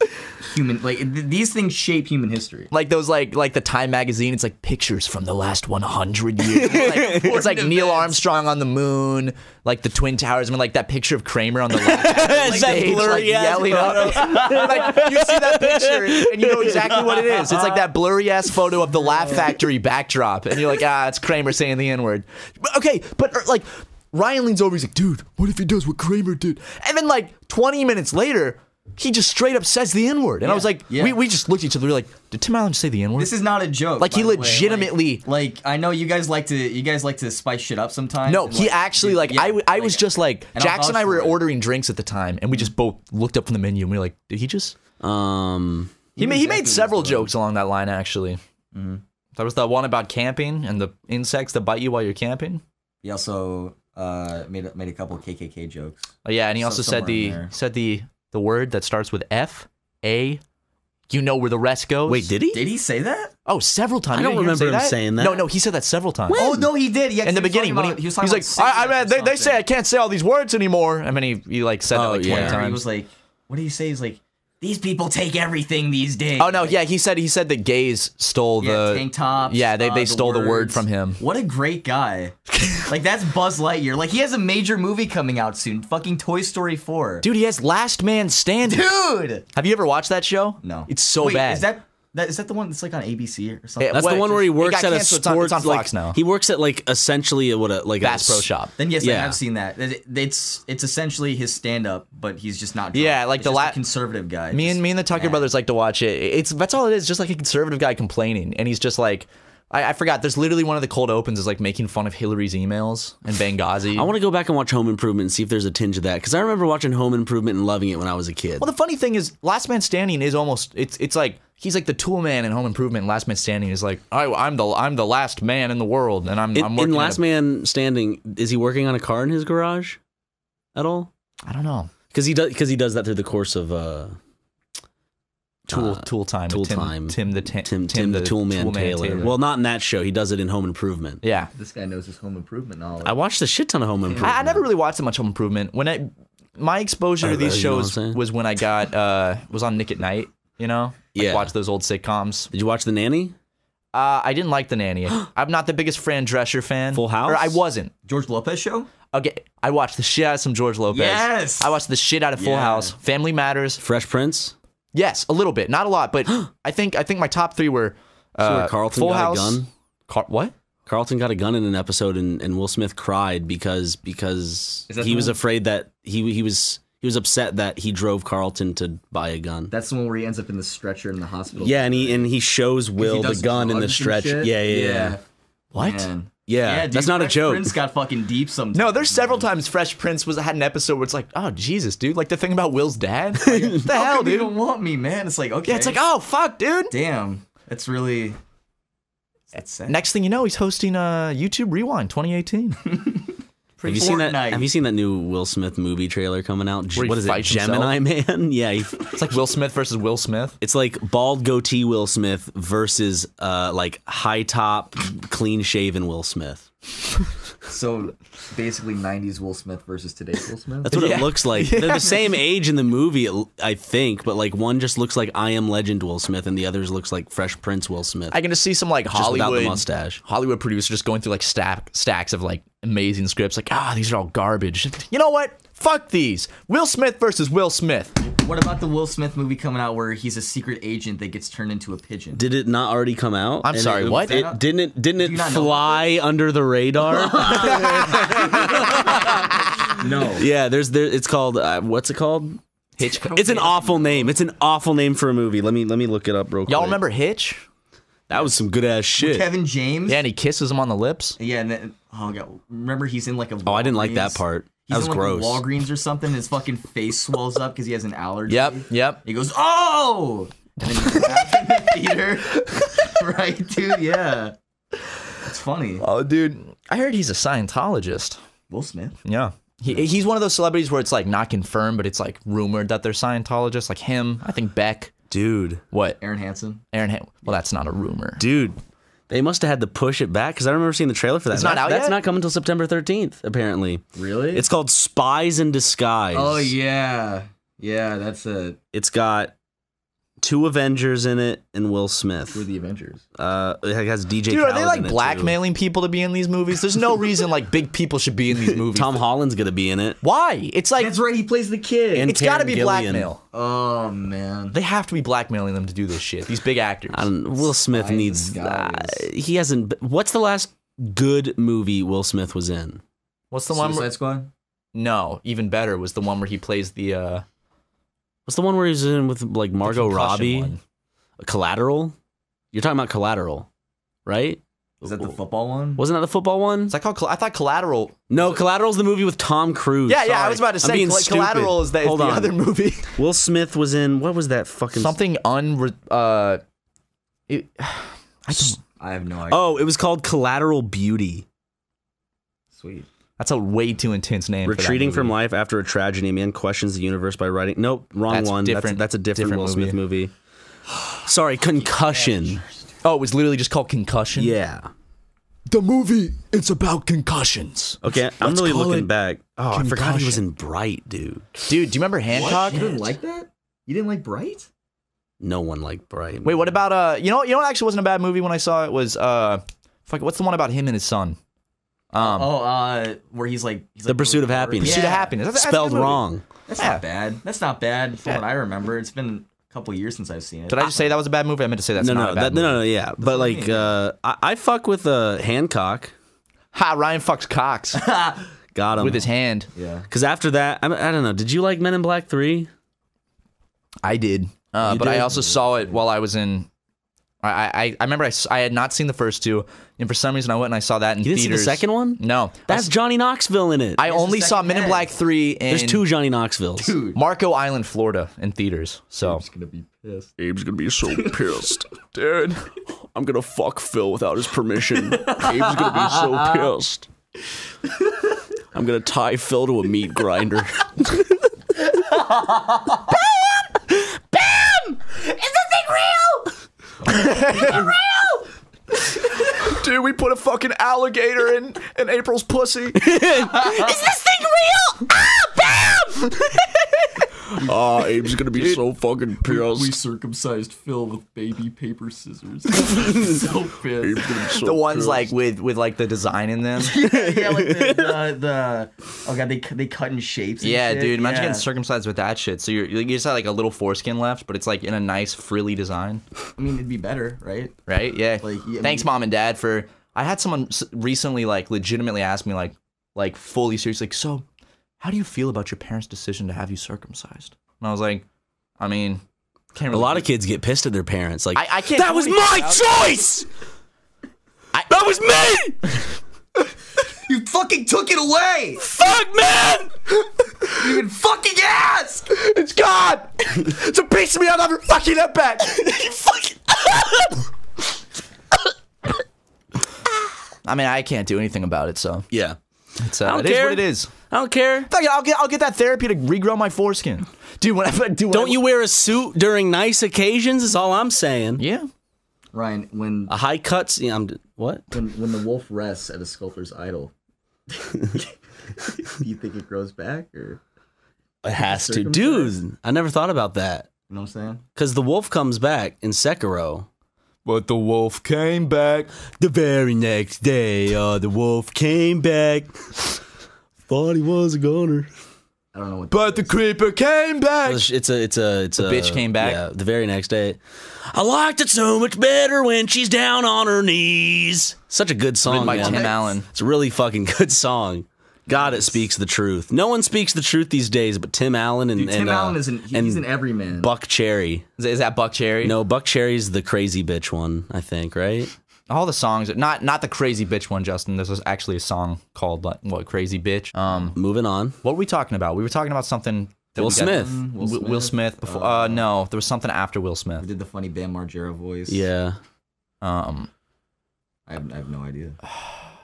S3: human like th- these things shape human history
S1: like those like like the Time magazine. It's like pictures from the last 100 years. It's like, it's like Neil Armstrong on the moon, like the Twin Towers. I mean, like that picture of Kramer on the left
S2: Is that
S1: stage, like
S2: blurry-ass
S1: yelling up. like you see that picture and you know exactly what it is. It's like that blurry ass photo of the Laugh Factory backdrop, and you're like, ah, it's Kramer saying the N word. Okay, but er, like. Ryan leans over. He's like, "Dude, what if he does what Kramer did?" And then, like, 20 minutes later, he just straight up says the N word, and I was like,
S3: yeah.
S1: "We we just looked at each other. we were like, did Tim Allen just say the N word?"
S3: this is not a joke
S1: Like, he
S3: by the way.
S1: legitimately-
S3: like, like, i know you guys like to you guys like to spice shit up sometimes
S1: No,
S3: and,
S1: he
S3: like,
S1: actually
S3: dude,
S1: like
S3: yeah,
S1: I, w- I was just like
S3: and I'll
S1: Jackson and I
S3: vouch
S1: were
S3: for it.
S1: ordering drinks at the time, and we just both looked up from the menu and we were like, did he just?
S2: um
S1: He, ma- he
S3: exactly
S1: made
S3: what
S1: several jokes along that line actually.
S3: Mm-hmm.
S1: There was the one about camping and the insects that bite you while you're camping.
S3: he also uh made a- made a couple kkk jokes
S1: Oh, yeah, and he
S3: So-
S1: also said
S3: somewhere in
S1: the
S3: there.
S1: said the the word that starts with F A. You know where the rest goes.
S2: wait, did he?
S3: did he say that
S1: oh several times.
S2: I
S1: You
S2: don't
S1: didn't hear
S2: remember him
S1: say
S2: saying that.
S1: No, no, he said that several times.
S3: oh no he did yeah, 'cause
S1: in the
S3: he was
S1: beginning,
S3: talking
S1: when
S3: about-
S1: he,
S3: he
S1: he's
S3: was talking
S1: like,
S3: about
S1: I, I
S3: cigarettes
S1: mean,
S3: or
S1: they, they say I
S3: something."
S1: can't say all these words anymore. I mean, he, he like said that
S2: Oh,
S1: like twenty
S2: yeah.
S1: times.
S3: he was like what did he say he's like these people take everything these days
S1: Oh no, yeah, he said he said that gays stole
S3: yeah,
S1: the
S3: tank tops.
S1: Yeah, they,
S3: uh,
S1: they stole the word
S3: words.
S1: from him.
S3: What a great guy! like that's Buzz Lightyear. Like he has a major movie coming out soon. Fucking Toy Story Four.
S1: Dude, he has Last Man Standing.
S3: Dude!
S1: Have you ever watched that show?
S3: No,
S1: It's so
S3: Wait,
S1: bad.
S3: Is that that is that the one that's like on ABC or something?
S1: Yeah,
S2: That's
S1: Well,
S2: the one where he
S1: it
S2: works
S1: got
S2: at a
S1: canceled. It's on-
S2: sports
S1: it's on
S2: like
S1: Fox now.
S2: he works at like essentially a- what a like
S1: Bass
S2: a
S1: Pro
S2: s-
S1: Shop?
S3: then yes, I
S2: yeah.
S3: have seen that. It- It's it's essentially his stand up, but he's just not. Drunk.
S1: Yeah, like
S3: It's
S1: the
S3: just a
S1: la-
S3: conservative guy.
S1: Me
S3: Just-
S1: and me and the Tucker brothers like to watch it. It's that's all it is, just like a conservative guy complaining, and he's just like, I, I forgot. There's literally one of the cold opens is like making fun of Hillary's emails and Benghazi.
S2: I want to go back and watch Home Improvement and see if there's a tinge of that because I remember watching Home Improvement and loving it when I was a kid.
S1: well, the funny thing is, Last Man Standing is almost it's it's like he's like the tool man in Home Improvement. and Last Man Standing is like I, I'm the I'm the last man in the world, and I'm
S2: In-
S1: I'm
S2: in
S1: working. at
S2: Last
S1: a-
S2: Man Standing, is he working on a car in his garage at all?
S1: I don't know.
S2: Because he does because he does that through the course of uh,
S1: Tool Tool time. with
S2: Tool
S1: Tim,
S2: time.
S1: Tim the ta-
S2: Tim, Tim, the, Toolman Taylor. Well, not in that show. He does it in Home Improvement.
S1: yeah.
S3: This guy knows his home improvement knowledge.
S2: I watched a shit ton of Home Improvement.
S1: I, I never really watched that much Home Improvement. When I my exposure to
S2: Alright,
S1: these
S2: Uh, you know what I'm
S1: shows
S2: saying?
S1: was when I got uh was on Nick at Night. You know, like
S2: Yeah.
S1: watch those old sitcoms.
S2: Did you watch The Nanny?
S1: Uh, I didn't like the nanny. I'm not the biggest Fran Drescher fan.
S2: Full House?
S1: Or I wasn't.
S3: George Lopez show?
S1: Okay, I watched the shit out of some George Lopez.
S3: Yes!
S1: I watched the shit out of Full
S3: Yeah.
S1: House, Family Matters.
S2: Fresh Prince?
S1: Yes, a little bit, not a lot, but I think I think my top three were
S2: See
S1: uh,
S2: where Carlton
S1: Full
S2: got
S1: House.
S2: a gun?
S1: Car- what?
S2: Carlton got a gun in an episode, and, and Will Smith cried because because
S3: Is that
S2: he
S3: the
S2: was
S3: one?
S2: afraid that he he was he was upset that he drove Carlton to buy a gun.
S3: That's the one where he ends up in the stretcher in the hospital.
S2: yeah, and he and he shows Will the gun in the stretch. Yeah, yeah, yeah, yeah.
S1: What?
S3: Man.
S2: Yeah,
S3: dude,
S2: that's not a
S3: Fresh
S2: joke.
S3: Prince got fucking deep sometimes.
S1: No, there's several times Fresh Prince was had an episode where it's like, oh Jesus, dude, like the thing about Will's dad. Like, what the
S3: How
S1: hell,
S3: come you
S1: dude?
S3: don't want me, man? It's like okay.
S1: Yeah, it's like, oh fuck, dude.
S3: damn. That's really. That's sad.
S1: Next thing you know, he's hosting uh, YouTube Rewind 2018.
S2: Have you seen that?
S3: Fortnite.
S2: Have you seen that new Will Smith movie trailer coming out? G-
S1: Where he
S2: What is it,
S1: fights himself?
S2: Gemini Man? yeah, he,
S1: It's like Will Smith versus Will Smith.
S2: it's like bald goatee Will Smith versus uh like high top, clean shaven Will Smith.
S3: So basically, '90s Will Smith versus today's Will Smith.
S2: That's what
S1: Yeah.
S2: it looks like. They're the same age in the movie, it- I think, but like one just looks like I Am Legend Will Smith, and the others looks like Fresh Prince Will Smith.
S1: I can just see some like
S2: just without
S1: Hollywood
S2: the mustache.
S1: Hollywood producer just going through like stack stacks of like amazing scripts. Like, ah, these are all garbage. You know what? Fuck these. Will Smith versus Will Smith.
S3: What about the Will Smith movie coming out where he's a secret agent that gets turned into a pigeon?
S2: Did it not already come out?
S1: I'm
S2: And
S1: sorry,
S2: it-
S1: what?
S2: It didn't. It, didn't
S3: you
S2: it
S3: not know
S2: fly under the radar?
S3: no.
S2: yeah, there's there. It's called. Uh, what's it called?
S1: Hitchcock.
S2: It's an awful name. It's an awful name for a movie. Let me let me look it up real quick.
S1: Y'all remember Hitch?
S2: that was some good ass shit.
S3: Kevin James.
S1: Yeah, and he kisses him on the lips.
S3: Yeah, and then oh god, remember he's in like a.
S2: oh, I didn't like that part.
S3: He's
S2: That was
S3: in like
S2: gross.
S3: A Walgreens or something. and His fucking face swells up because he has an allergy.
S1: Yep, yep.
S3: He goes, oh, and then he's laughing in the theater. right, dude? Yeah. It's funny.
S1: Oh, dude, I heard he's a Scientologist.
S3: Will Smith.
S1: Yeah. He, he's one of those celebrities where it's like not confirmed, but it's like rumored that they're Scientologists. Like him, I think Beck.
S2: Dude,
S1: What?
S3: Aaron Hanson.
S1: Aaron. Han- well, that's not a rumor.
S2: dude, they must have had to push it back because I remember seeing the trailer for that.
S1: It's not
S2: That-
S1: out
S2: That's
S1: yet?
S2: not coming until September 13th, apparently.
S3: Really?
S2: It's called Spies in Disguise.
S3: Oh yeah, yeah. That's a
S2: It's got two Avengers in it and Will Smith.
S3: we're the Avengers.
S2: Uh, it has DJ.
S1: Dude, are they
S2: Khaled in
S1: like
S2: it, too.
S1: blackmailing people to be in these movies? There's no reason like big people should be in these movies.
S2: Tom Holland's gonna be in it.
S1: Why? It's like
S3: That's right. He plays the kid.
S2: And
S1: it's got to
S2: Karen
S1: be
S2: Gillian.
S1: blackmail.
S3: oh man.
S1: They have to be blackmailing them to do this shit. These big actors.
S2: I don't, Will Smith
S3: Spies in
S2: needs. Uh,
S3: Disguise.
S2: he hasn't. b- What's the last good movie Will Smith was in?
S1: What's the one? Where,
S3: Suicide Squad.
S1: no, even better was the one where he plays the uh,
S2: What's the one where he was in with like Margot
S1: concussion
S2: Robbie?
S1: one.
S2: Collateral. You're talking about Collateral, right?
S3: Is
S1: Oh.
S3: that the football one?
S2: Wasn't that the football one?
S1: Is that called? Colla- I thought Collateral.
S2: No, Collateral's the movie with Tom Cruise.
S1: Yeah, yeah. I
S2: Sorry.
S1: was about to
S2: I'm
S1: say
S2: being
S1: Colla- Collateral
S2: stupid.
S1: is, the, is
S2: Hold
S1: the
S2: on.
S1: other movie.
S2: Will Smith was in what was that fucking
S1: Something unre. Uh, it, I don't,
S3: I have no idea.
S2: Oh, it was called Collateral Beauty.
S3: sweet.
S1: that's a way too intense name. for that
S2: Retreating from
S1: movie.
S2: life after a tragedy, a man questions the universe by writing. Nope, wrong
S1: That's
S2: one.
S1: different-
S2: that's, that's a different,
S1: different
S2: Will Smith movie. Sorry, Concussion.
S1: Oh, it was literally just called Concussion.
S2: Yeah.
S1: The movie. It's about concussions.
S2: Okay, I'm really
S1: call
S2: looking
S1: it
S2: back. Oh, I forgot he was
S1: Concussion.
S2: in Bright, dude.
S1: Dude, do you remember Hancock?
S3: You didn't like that? You didn't like Bright?
S2: No one liked Bright.
S1: Wait, what about uh? You know, you know what actually wasn't a bad movie when I saw it was uh, fuck, what's the one about him and his son? Um,
S3: Oh, uh, where he's like he's
S2: The
S3: like
S2: Pursuit of
S3: really
S2: Happiness.
S1: Pursuit
S3: Yeah.
S1: of Happiness. That's- that's a good
S2: Spelled
S1: movie.
S2: wrong.
S3: That's
S1: Yeah.
S3: not bad. That's not bad from what I remember. It's been a couple years since I've seen it.
S1: Did I just say that was a bad movie? I meant to say that's
S2: no,
S1: not
S2: no,
S1: a bad
S2: that, no,
S1: movie.
S2: no, no, yeah. But
S3: what I
S2: like,
S3: mean.
S2: uh, I, I fuck with uh, Hancock.
S1: Ha! Ryan fucks Cox
S2: Got him
S1: with his hand.
S3: Yeah.
S2: Because after that, I, I don't know. Did you like Men in Black Three?
S1: I did, uh,
S2: You
S1: but I
S2: did?
S1: also saw it while I was in. I I, I- I remember I, s- I had not seen the first two, and for some reason I went and I saw that in
S2: You didn't see the
S1: theaters.
S2: second one?
S1: No,
S2: That's Johnny Knoxville in it.
S1: I only
S3: the
S1: saw
S3: second
S1: Men in
S3: head.
S1: Black three and
S2: There's two Johnny Knoxvilles.
S3: Dude,
S1: Marco Island, Florida, in theaters. So
S3: I'm gonna be pissed.
S6: Abe's gonna be so pissed. Dude, I'm gonna fuck Phil without his permission. Abe's gonna be so pissed. I'm gonna tie Phil to a meat grinder.
S2: Is this
S1: alligator in, in April's pussy.
S4: Is this thing real? Ah, bam!
S6: Ah, Abe's gonna be so fucking pissed.
S7: We circumcised Phil with baby paper scissors. so pissed.
S6: Abe's gonna be so
S1: the ones
S6: pissed.
S1: like with with like the design in them.
S3: yeah, like the, the, the oh god, they they cut in shapes. and
S1: Yeah,
S3: shit.
S1: dude. Imagine
S3: Yeah.
S1: getting circumcised with that shit. So you're, you just have like a little foreskin left, but it's like in a nice frilly design,
S3: I mean, it'd be better, right?
S1: right? Yeah.
S3: Like, yeah, I
S1: Thanks,
S3: mean-
S1: mom and dad, for. I had someone s- recently like legitimately ask me like like fully serious like so, how do you feel about your parents' decision to have you circumcised? And I was like, I mean, can't
S2: A
S1: really
S2: lot of kids get pissed at their parents. Like
S1: I- I can't
S2: That
S1: do
S2: was
S1: anything
S2: my
S1: about
S2: choice. that was me.
S3: You fucking took it away.
S2: Fuck man.
S3: You can fucking ask.
S1: It's God! it's a piece of me I'll never fucking get back! I mean, I can't do anything about it, so
S2: Yeah.
S1: it's uh,
S2: don't
S1: it is
S2: care.
S1: what it is.
S2: I don't care.
S1: Fuck it, I'll get I'll get that therapy to regrow my foreskin, dude. When I do,
S2: Don't you wear a suit during nice occasions? Is all I'm saying.
S1: Yeah,
S3: Ryan, when
S2: A high cuts. Yeah, I'm. What?
S3: when when the wolf rests at a sculptor's idol, do you think it grows back, or
S2: It has to, dude. I never thought about that.
S3: you know what I'm saying?
S2: Cause the wolf comes back in Sekiro.
S1: but the wolf came back.
S2: The very next day, uh, the wolf came back. Thought he was a goner.
S3: I don't know what.
S1: But the creeper came back.
S2: It's a, it's a, it's a
S1: bitch came back.
S2: yeah, the very next day. I liked it so much better when she's down on her knees. Such a good song,
S1: by
S2: man.
S1: Tim Allen.
S2: It's a really fucking good song. God, it speaks the truth. No one speaks the truth these days, but Tim Allen and
S3: Dude, Tim
S2: and, uh,
S3: Allen is an he- he's an
S2: and
S3: everyman.
S2: Buck Cherry.
S1: Is, is that Buck Cherry?
S2: No, Buck Cherry's the crazy bitch one, I think, right?
S1: all the songs. Not not the crazy bitch one, Justin. This was actually a song called like what crazy bitch. Um,
S2: Moving on.
S1: what were we talking about? We were talking about something. That
S2: Will
S1: we got-
S2: Smith.
S1: Will Smith. Will Smith before? Uh, no, there was something after Will
S3: He
S1: Smith.
S3: did the funny Bam Margera voice.
S2: Yeah.
S1: Um,
S3: I have, I have no idea.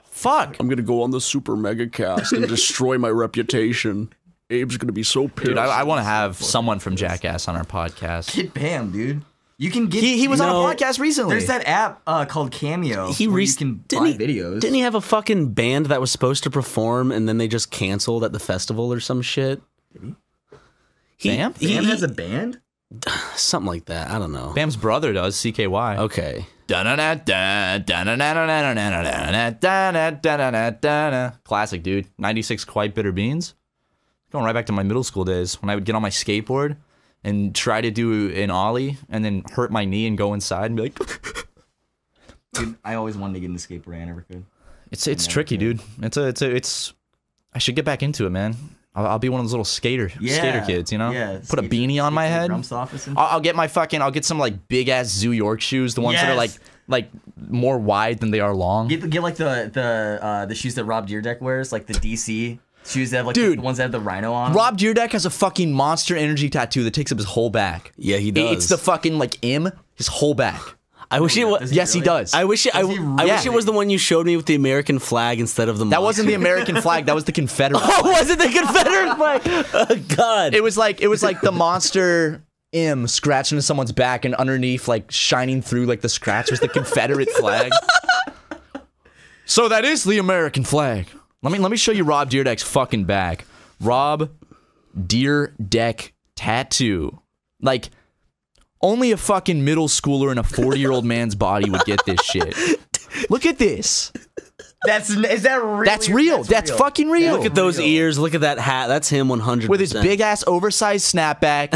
S1: fuck.
S6: I'm gonna go on the super mega cast and destroy my reputation. Abe's gonna be so pissed.
S1: Dude, I, I want to have someone from Jackass on our podcast.
S3: Get Bam, dude. You can get.
S1: He, he was
S2: No.
S1: on a podcast recently.
S3: There's that app uh, called Cameo.
S2: He
S3: where
S2: re-
S3: you can
S2: didn't
S3: buy
S2: he,
S3: videos.
S2: Didn't he have a fucking band that was supposed to perform and then they just canceled at the festival or some shit? He,
S1: Bam?
S2: he-
S3: Bam
S2: he-
S3: has a band.
S2: something like that. I don't know.
S1: Bam's brother does CKY.
S2: Okay.
S1: Classic, dude. 96 quite bitter beans. Going right back to my middle school days when I would get on my skateboard and try to do an ollie and then hurt my knee and go inside and be like,
S3: Dude, I always wanted to get into skateboarding. I never could.
S1: it's it's tricky, dude. It's a it's a it's. I should get back into it, man. I'll, I'll be one of those little skater skater kids, you know.
S3: Yeah.
S1: Put a
S3: skate-
S1: beanie on
S3: skate
S1: my
S3: to the
S1: head.
S3: Drums office and
S1: I'll, I'll get my fucking. I'll get some like big ass Zoo York shoes, the ones that are like
S3: Yes.
S1: like more wide than they are long.
S3: get get like the the uh, the shoes that Rob Deerdeck wears, like the DC shoes that have like
S1: Dude.
S3: the ones that have the rhino on. 'em.
S1: Rob Deerdeck has a fucking monster energy tattoo that takes up his whole back.
S2: Yeah, he
S1: It-
S2: does.
S1: It's the fucking like M, his whole back.
S2: I wish it was.
S3: Does he
S1: yes, he
S3: really?
S1: does.
S2: I wish it, I,
S3: Does he
S2: I wish
S1: really?
S2: it was the one you showed me with the American flag instead of the.
S1: that wasn't the American flag. That was the Confederate. flag.
S2: was it the Confederate flag? Oh, God.
S1: It was like it was like the monster M scratching into someone's back, and underneath, like shining through, like the scratch was the Confederate flag. so that is the American flag. Let me let me show you Rob Deerdeck's fucking back. Rob Deerdeck tattoo. Like only a fucking middle schooler in a 40 year old man's body would get this shit. Look at this.
S3: That's is that real?
S1: That's real. That's, fucking real.
S2: Look at those ears. Look at that hat. That's him 100.
S1: with his big ass oversized snapback,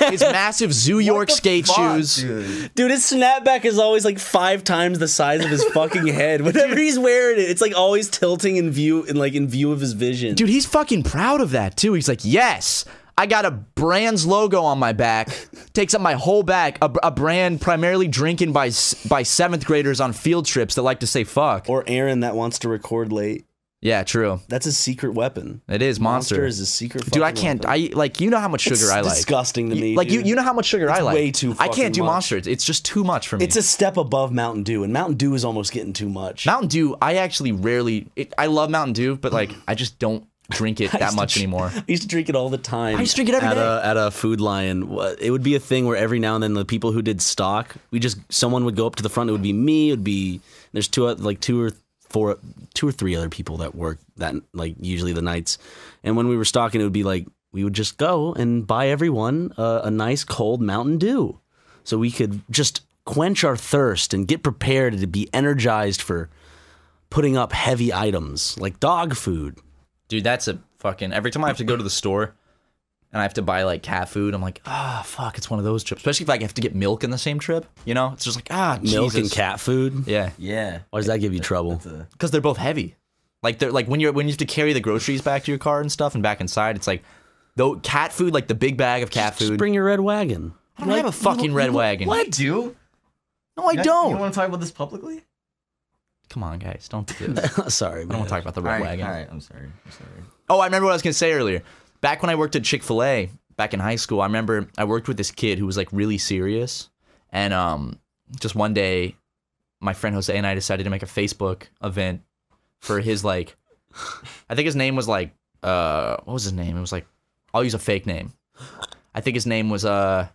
S1: his, his massive Zoo York skate shoes.
S3: Dude.
S2: Dude, his snapback is always like five times the size of his fucking head. Whenever he's wearing it, it's like always tilting in view and like in view of his vision.
S1: Dude, he's fucking proud of that too. He's like, yes, I got a brand's logo on my back, takes up my whole back. A, a brand primarily drinking by s- by seventh graders on field trips that like to say fuck.
S2: Or Aaron that wants to record late.
S1: Yeah, true.
S2: That's his secret weapon.
S1: It is monster.
S2: is his secret.
S1: Dude, I
S2: fucking
S1: can't.
S2: weapon.
S1: I like you know how much sugar
S2: It's
S1: I like.
S2: disgusting to
S1: You-
S2: me,
S1: Like you,
S2: dude.
S1: you know how much sugar I like.
S2: way too
S1: I
S2: fucking
S1: can't do
S2: much.
S1: monster. It's- It's just too much for me.
S2: It's a step above Mountain Dew, and Mountain Dew is almost getting too much.
S1: Mountain Dew. I actually rarely. It, I love Mountain Dew, but like I just don't drink it that
S2: used to
S1: much
S2: dr-
S1: anymore.
S2: I used to drink it all the time. I
S1: used to drink it every
S2: at
S1: day.
S2: A, at a Food Lion. What- It would be a thing where every now and then the people who did stock, we just someone would go up to the front. It would be me. It would be there's two oth- like two or four, two or three other people that work that like usually the nights, and when we were stalking, it would be like we would just go and buy everyone a, a nice cold Mountain Dew, so we could just quench our thirst and get prepared to be energized for putting up heavy items like dog food.
S1: Dude, that's a fucking. Every time I have to go to the store and I have to buy like cat food, I'm like, ah, fuck, it's one of those trips. Especially if I have to get milk in the same trip, you know? It's just like, ah,
S2: Milk and
S1: Jesus.
S2: cat food.
S1: Yeah,
S3: Yeah.
S2: Why does that give you trouble?
S1: because they're both heavy. Like they're like when you're when you have to carry the groceries back to your car and stuff and back inside, it's like though cat food, like the big bag of cat
S2: Just
S1: food.
S2: bring your red wagon.
S1: I don't have a fucking red wagon.
S3: What? do?
S1: No, I
S3: You- You
S1: don't.
S3: want to talk about this publicly?
S1: Come on, guys, don't do this. I
S2: Sorry,
S1: don't
S2: man.
S1: want to talk about the red
S3: All right,
S1: wagon.
S3: all right, I'm sorry. I'm sorry.
S1: Oh, I remember what I was gonna say earlier. Back when I worked at Chick Fil A back in high school, I remember I worked with this kid who was like really serious, and um, just one day, my friend Jose and I decided to make a Facebook event for his like, I think his name was like, uh, what was his name? It was like, I'll use a fake name. I think his name was uh,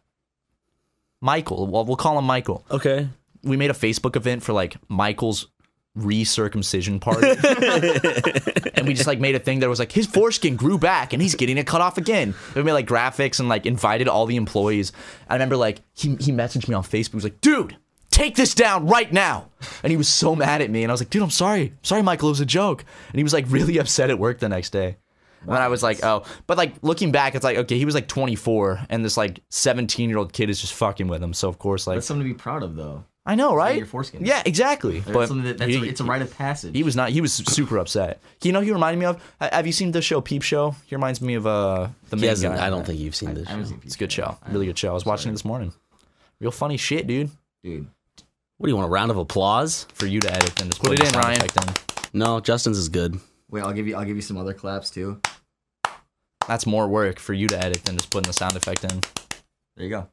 S1: Michael. Well, we'll call him Michael
S2: Okay.
S1: we made a Facebook event for like Michael's recircumcision party. and we just like made a thing that was like his foreskin grew back and he's getting it cut off again. And we made like graphics and like invited all the employees. I remember like he he messaged me on Facebook. He was like, dude, take this down right now. And he was so mad at me. And I was like, dude, I'm sorry. Sorry, Michael, it was a joke. And he was like really upset at work the next day. And I was like, oh, but like looking back, it's like, okay, he was like 24, and this like 17 year old kid is just fucking with him. So, of course, like,
S3: That's something to be proud of, though.
S1: I know, right?
S3: your foreskin.
S1: Yeah, exactly.
S3: That's
S1: but
S3: something that, that's
S1: he,
S3: a, it's a rite of passage.
S1: he was not. He was super upset. You know, who he reminded me of. ha- Have you seen the show Peep Show? He reminds me of uh the
S2: He
S1: main
S2: hasn't,
S1: guy.
S2: I don't think you've seen this.
S3: I haven't seen
S1: It's a
S3: Peep
S1: good show. Really good show. I was watching it this morning. Real funny shit, dude.
S3: dude.
S2: What do you want? A round of applause?
S1: For you to edit and just put
S2: it
S1: the
S2: in,
S1: sound
S2: Ryan.
S1: effect in.
S2: No, Justin's is good.
S3: Wait, I'll give you. I'll give you some other claps too.
S1: That's more work for you to edit than just putting the sound effect in.
S3: There you go.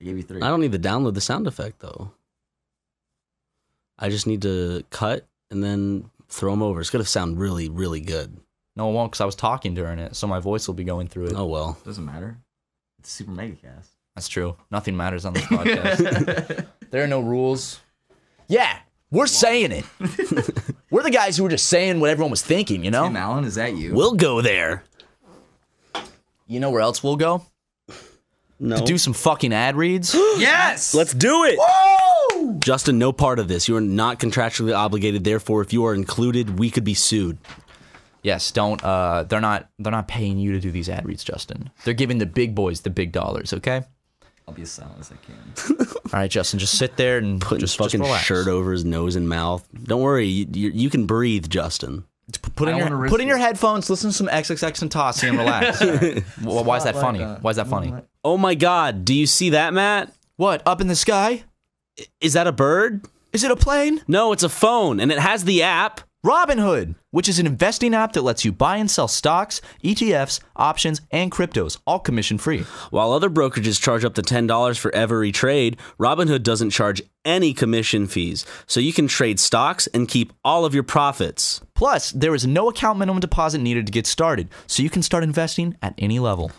S3: I gave you three.
S2: I don't need to download the sound effect though. I just need to cut and then throw them over. It's gonna sound really, really good.
S1: No, it won't, because I was talking during it, so my voice will be going through it.
S2: Oh well.
S3: Doesn't matter. It's a super mega cast.
S1: That's true. Nothing matters on this podcast. there are no rules. Yeah, we're saying it. we're the guys who were just saying what everyone was thinking, you know?
S3: Tim Allen, is that you?
S2: We'll go there.
S1: You know where else we'll go?
S2: No.
S1: To do some fucking ad reads?
S3: yes.
S2: Let's do it. Justin, no part of this. You are not contractually obligated. Therefore, if you are included, we could be sued.
S1: yes, don't uh they're not they're not paying you to do these ad reads, Justin. They're giving the big boys the big dollars, okay?
S3: I'll be as silent as I can.
S1: All right, Justin, just sit there and
S2: Putting
S1: just
S2: fucking
S1: just relax.
S2: shirt over his nose and mouth. Don't worry, you, you, you can breathe, Justin.
S1: P- Put in
S3: I don't wanna
S1: your
S3: risk
S1: put in your
S3: it.
S1: headphones, listen to some XXX and Tossy and relax. Wh- Why is that
S3: Not like
S1: funny? Why is that funny?
S3: Not
S2: Oh my God, do you see that, Matt?
S1: What? Up in the sky?
S2: Is that a bird?
S1: Is it a plane?
S2: No, it's a phone, and it has the app.
S1: Robinhood, which is an investing app that lets you buy and sell stocks, ETFs, options, and cryptos, all commission free.
S2: While other brokerages charge up to $10 for every trade, Robinhood doesn't charge any commission fees, so you can trade stocks and keep all of your profits.
S1: Plus, there is no account minimum deposit needed to get started, so you can start investing at any level.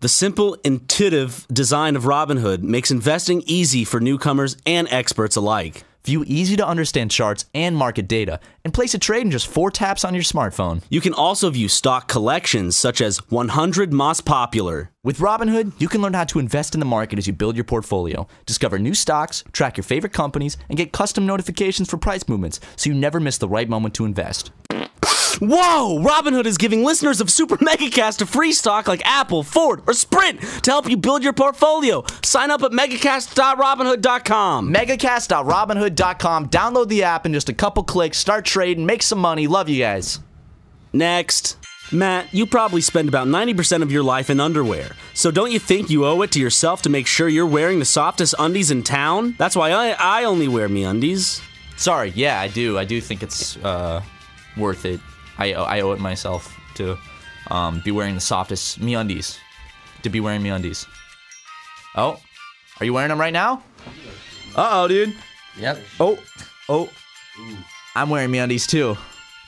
S2: The simple, intuitive design of Robinhood makes investing easy for newcomers and experts alike.
S1: View easy to understand charts and market data, and place a trade in just four taps on your smartphone.
S2: You can also view stock collections such as 100 Most Popular.
S1: With Robinhood, you can learn how to invest in the market as you build your portfolio, discover new stocks, track your favorite companies, and get custom notifications for price movements so you never miss the right moment to invest.
S2: Whoa! Robinhood is giving listeners of Super Megacast a free stock like Apple, Ford, or Sprint to help you build your portfolio. Sign up at megacast.robinhood.com.
S1: Megacast.robinhood.com. Download the app in just a couple clicks. Start trading. Make some money. Love you guys.
S2: Next. Matt, you probably spend about 90% of your life in underwear. So don't you think you owe it to yourself to make sure you're wearing the softest undies in town? That's why I, I only wear me undies.
S1: Sorry. Yeah, I do. I do think it's uh, worth it. I, I owe it myself to um, be wearing the softest MeUndies. To be wearing MeUndies. Oh, are you wearing them right now? Uh oh, dude.
S3: Yep.
S1: Oh, oh. I'm wearing MeUndies too.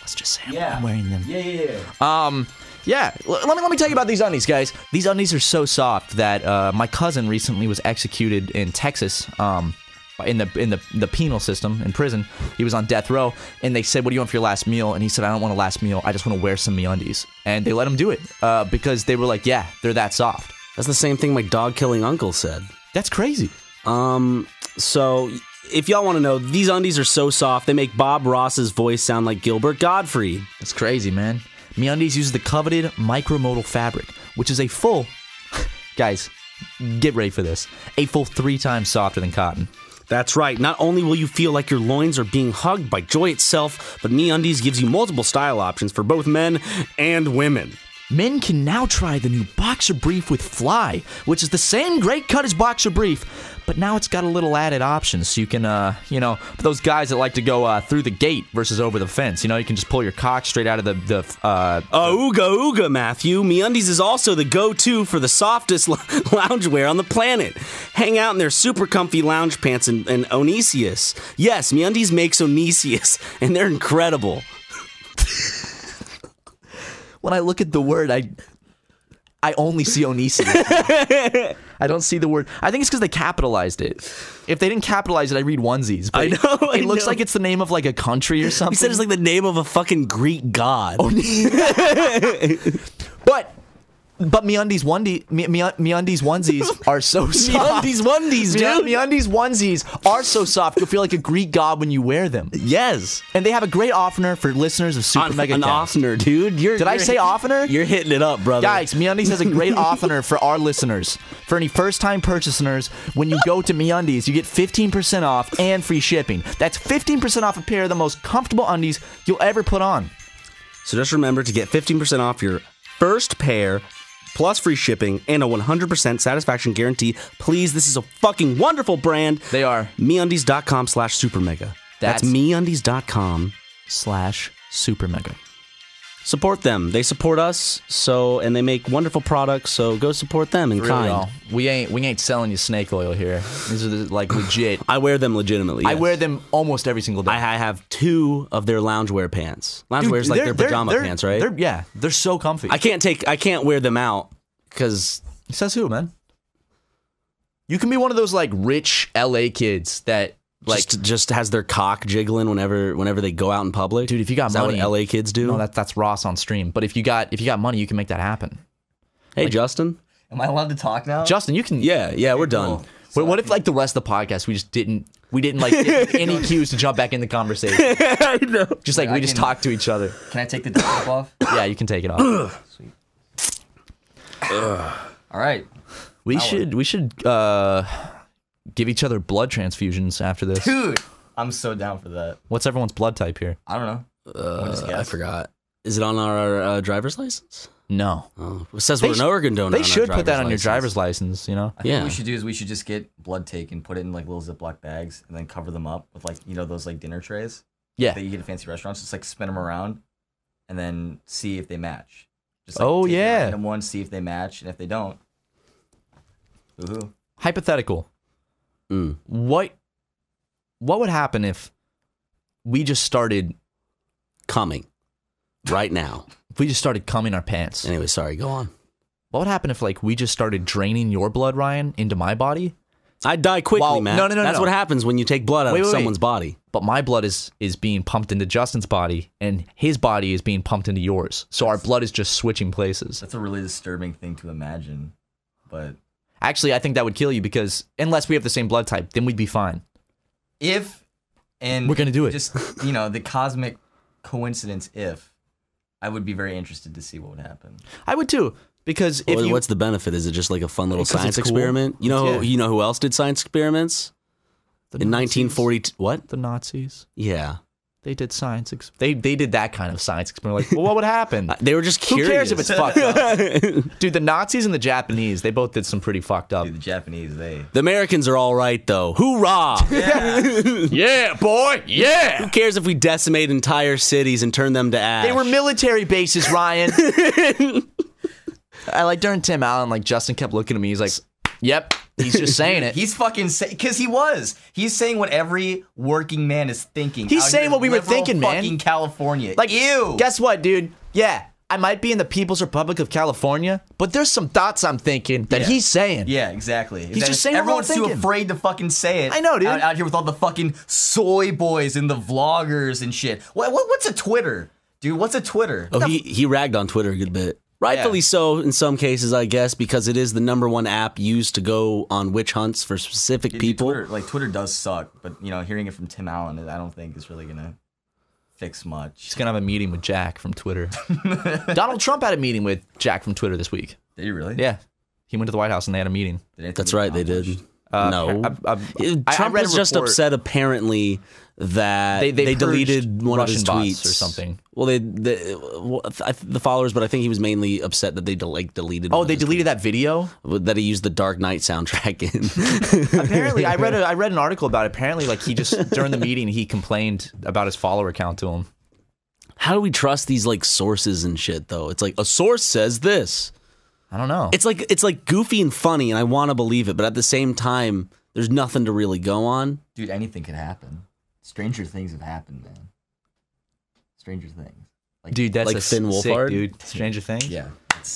S1: Let's just say I'm, I'm wearing them.
S3: Yeah, yeah, yeah.
S1: Um, yeah. L- let me let me tell you about these undies, guys. These undies are so soft that uh, my cousin recently was executed in Texas. Um, in the in the the penal system in prison. He was on death row, and they said, "What do you want for your last meal?" And he said, "I don't want a last meal. I just want to wear some MeUndies." And they let him do it uh, because they were like, "Yeah, they're that soft."
S2: That's the same thing my dog killing uncle said.
S1: That's crazy.
S2: Um, so if y'all want to know, these undies are so soft they make Bob Ross's voice sound like Gilbert Gottfried.
S1: That's crazy, man. MeUndies uses the coveted micromodal fabric, which is a full, guys, get ready for this, a full three times softer than cotton.
S2: That's right. Not only will you feel like your loins are being hugged by joy itself, but MeUndies gives you multiple style options for both men and women.
S1: Men can now try the new boxer brief with Fly, which is the same great cut as boxer brief, but now it's got a little added option, so you can, uh, you know, for those guys that like to go uh, through the gate versus over the fence, you know, you can just pull your cock straight out of the the uh,
S2: Uh, ooga ooga, Matthew. MeUndies is also the go-to for the softest lo- loungewear on the planet. Hang out in their super comfy lounge pants and, and Onesius. Yes, MeUndies makes Onesius, and they're incredible.
S1: when I look at the word, I I only see Onesius. I don't see the word. I think it's because they capitalized it. If they didn't capitalize it, I read onesies. But
S2: I know, I
S1: It, looks
S2: know.
S1: like it's the name of like a country or something.
S2: He said it's like the name of a fucking Greek god. Oh,
S1: but but MeUndies onesies, me, me, MeUndies onesies are so soft.
S2: MeUndies onesies,
S1: Me-
S2: dude.
S1: MeUndies onesies are so soft. You'll feel like a Greek god when you wear them.
S2: yes.
S1: And they have a great offer for listeners of Super
S2: On,
S1: Mega
S2: an
S1: Cast.
S2: offner, dude. You're,
S1: Did I
S2: you're-
S1: say oftener?
S2: You're hitting it up, brother.
S1: Guys, MeUndies has a great offer for our listeners. For any first-time purchasers, when you go to MeUndies, you get 15% off and free shipping. That's 15% off a pair of the most comfortable undies you'll ever put on.
S2: So just remember to get 15% off your first pair plus free shipping and a 100% satisfaction guarantee. Please, this is a fucking wonderful brand.
S1: They are
S2: MeUndies.com slash supermega. That's,
S1: That's-
S2: MeUndies.com.
S1: slash super mega.
S2: Support them. They support us, so and they make wonderful products, so go support them in kind.
S1: We ain't we ain't selling you snake oil here. These are the, like legit.
S2: I wear them legitimately.
S1: I
S2: yes.
S1: wear them almost every single day.
S2: I, I have two of their loungewear pants.
S1: Dude,
S2: Loungewear is like
S1: they're-
S2: their
S1: they're-
S2: pajama
S1: they're-
S2: pants, right?
S1: They're, yeah, they're so comfy.
S2: I can't take I can't wear them out because
S1: Says who, man? You can be one of those like rich LA kids that like
S2: just just has their cock jiggling whenever whenever they go out in public.
S1: Dude, if you got
S2: Is
S1: money-
S2: that what LA kids do?
S1: No, that's that's Ross on stream. But if you got if you got money, you can make that happen.
S2: hey, Justin.
S3: Am I allowed to talk now?
S1: Justin, you can.
S2: Yeah, yeah, we're done.
S1: Wait, what if like the rest of the podcast we just didn't we didn't like give any cues to jump back in the conversation? Just like
S3: I
S1: we just
S3: can-
S1: talked to each other.
S3: Can I take the top off?
S1: Yeah, you can take it off.
S3: All right.
S1: We should we should uh give each other blood transfusions after this.
S3: Dude, I'm so down for that.
S1: What's everyone's blood type here?
S3: I don't know. Wanna just
S2: Uh, I
S3: guess?
S2: forgot. Is it on our uh, driver's license?
S1: No.
S2: Oh, it says
S1: They
S2: we're
S1: sh-
S2: in Oregon. Donut
S1: They
S2: on our
S1: should put that on your
S2: license.
S1: driver's license, you know?
S3: I think what
S2: Yeah.
S3: we should do is we should just get blood taken, put it in like little Ziploc bags, and then cover them up with like you know those like dinner trays
S1: Yeah.
S3: that you get at fancy restaurants. Just like spin them around, and then see if they match. Just
S1: Oh,
S3: take a
S1: yeah.
S3: random one, see if they match, and if they don't, woohoo!
S1: Hypothetical.
S2: Mm.
S1: What what would happen if we just started
S2: Coming right now.
S1: if we just started cumming our pants?
S2: Anyway, sorry. Go on.
S1: What would happen if like we just started draining your blood, Ryan, into my body?
S2: I'd die quickly,
S1: Well,
S2: man.
S1: no, no, no,
S2: That's
S1: no.
S2: what happens when you take blood out
S1: Wait,
S2: of
S1: wait, wait.
S2: someone's body.
S1: But my blood is is being pumped into Justin's body, and his body is being pumped into yours. So our blood is just switching places.
S3: That's a really disturbing thing to imagine, but
S1: Actually, I think that would kill you because unless we have the same blood type, then we'd be fine.
S3: if and
S1: We're gonna do it.
S3: Just you know the cosmic coincidence. If I would be very interested to see what would happen.
S1: I would too because if
S2: Well,
S1: you
S2: what's the benefit? Is it just like a fun little
S1: 'Cause it's
S2: science
S1: cool.
S2: experiment? You know,
S1: Yeah.
S2: you know who else did science experiments
S1: the
S2: in
S1: Nazis-
S2: 1940? What?
S1: the Nazis
S2: Yeah,
S1: they did science ex- they they did that kind of science experiment. Like, well, what would happen?
S2: Uh, they were just
S1: Who
S2: curious.
S1: cares if it's fucked up, dude? The Nazis and the Japanese they both did some pretty fucked up.
S3: Dude, the Japanese they.
S2: The Americans are all right, though. Hoorah!
S6: Yeah, boy. Yeah.
S2: Who cares if we decimate entire cities and turn them to ash?
S1: They were military bases, Ryan. I like during Tim Allen, like Justin kept looking at me. He's like, "Yep, he's just saying it.
S3: He's fucking say because he was. He's saying what every working man is thinking.
S1: He's
S3: out
S1: saying
S3: here in
S1: what we were
S3: liberal
S1: thinking, man.
S3: Fucking California.
S1: like
S3: you.
S1: Guess what, dude? Yeah, I might be in the People's Republic of California, but there's some thoughts I'm thinking that
S3: Yeah.
S1: he's saying.
S3: Yeah, exactly. He's
S1: just saying what we're all
S3: everyone's too
S1: thinking.
S3: afraid to fucking say it.
S1: I know, dude.
S3: Out, out here with all the fucking soy boys and the vloggers and shit. What, what what's a Twitter, dude? What's a Twitter?
S2: Oh, he, he ragged on Twitter a good bit. Rightfully
S3: Yeah.
S2: so, in some cases, I guess, because it is the number one app used to go on witch hunts for specific
S3: Dude,
S2: people.
S3: Twitter, like Twitter does suck, but you know, hearing it from Tim Allen, I don't think is really gonna fix much.
S1: He's gonna have a meeting with Jack from Twitter. Donald Trump had a meeting with Jack from Twitter this week.
S3: Did you really?
S1: Yeah, he went to the White House and they had a meeting.
S3: Did anything
S2: That's
S3: get
S2: right, they did. no.
S3: accomplished?
S1: Uh, I- I-
S2: It-
S1: I- I
S2: Trump
S1: read a
S2: was just
S1: report.
S2: upset, apparently, that
S1: They-
S2: they,
S1: they purged
S2: deleted one
S1: Russian
S2: of
S1: bots
S2: his tweets
S1: or something.
S2: Well, they, they well, I th- the followers, but I think he was mainly upset that they de- like deleted.
S1: Oh,
S2: one of
S1: they
S2: his
S1: deleted that video.
S2: tweets, that he used the Dark Knight soundtrack in.
S1: Apparently, I read a, I read an article about. It. Apparently, like he just during the meeting he complained about his follower count to him.
S2: How do we trust these like sources and shit though? It's like a source says this.
S1: I don't know.
S2: It's like it's like goofy and funny, and I want to believe it, but at the same time, there's nothing to really go on.
S3: Dude, anything could happen. Stranger things have happened, man. Stranger things. Like,
S1: dude, that's
S2: like
S1: a
S2: Finn
S1: sick
S2: Wolfhard?
S1: dude. Stranger Things.
S3: yeah.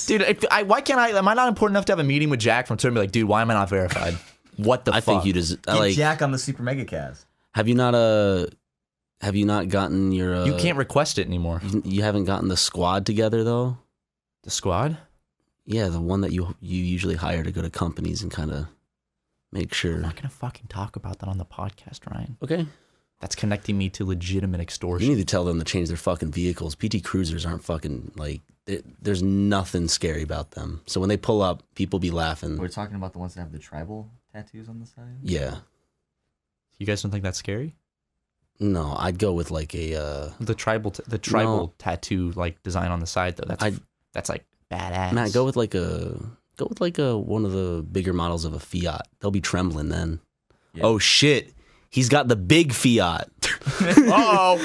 S1: Dude, if I, why can't I? Am I not important enough to have a meeting with Jack from Twitter? And be like, dude, why am I not verified? What the
S2: I
S1: fuck?
S2: think you just
S3: Get
S2: like.
S3: Jack on the Super Mega Cast.
S2: Have you not uh Have you not gotten your? Uh,
S1: you can't request it anymore.
S2: You, you haven't gotten the squad together though.
S1: The squad.
S2: Yeah, the one that you you usually hire to go to companies and kind of make
S1: I'm
S2: sure.
S1: not gonna fucking talk about that on the podcast, Ryan.
S2: Okay.
S1: That's connecting me to legitimate
S2: You
S1: extortion.
S2: need to tell them to change their fucking vehicles. PT Cruisers aren't fucking like. there- There's nothing scary about them. So when they pull up, people be laughing.
S3: We're talking about the ones that have the tribal tattoos on the side.
S2: Yeah.
S1: You guys don't think that's scary?
S2: No, I'd go with like a uh
S1: The tribal, t- the tribal tattoo like design on the side though. That's
S2: I-
S1: that's like badass.
S2: Matt, go with like a go with like a one of the bigger models of a Fiat. They'll be trembling then. Oh shit. He's got the big Fiat. oh.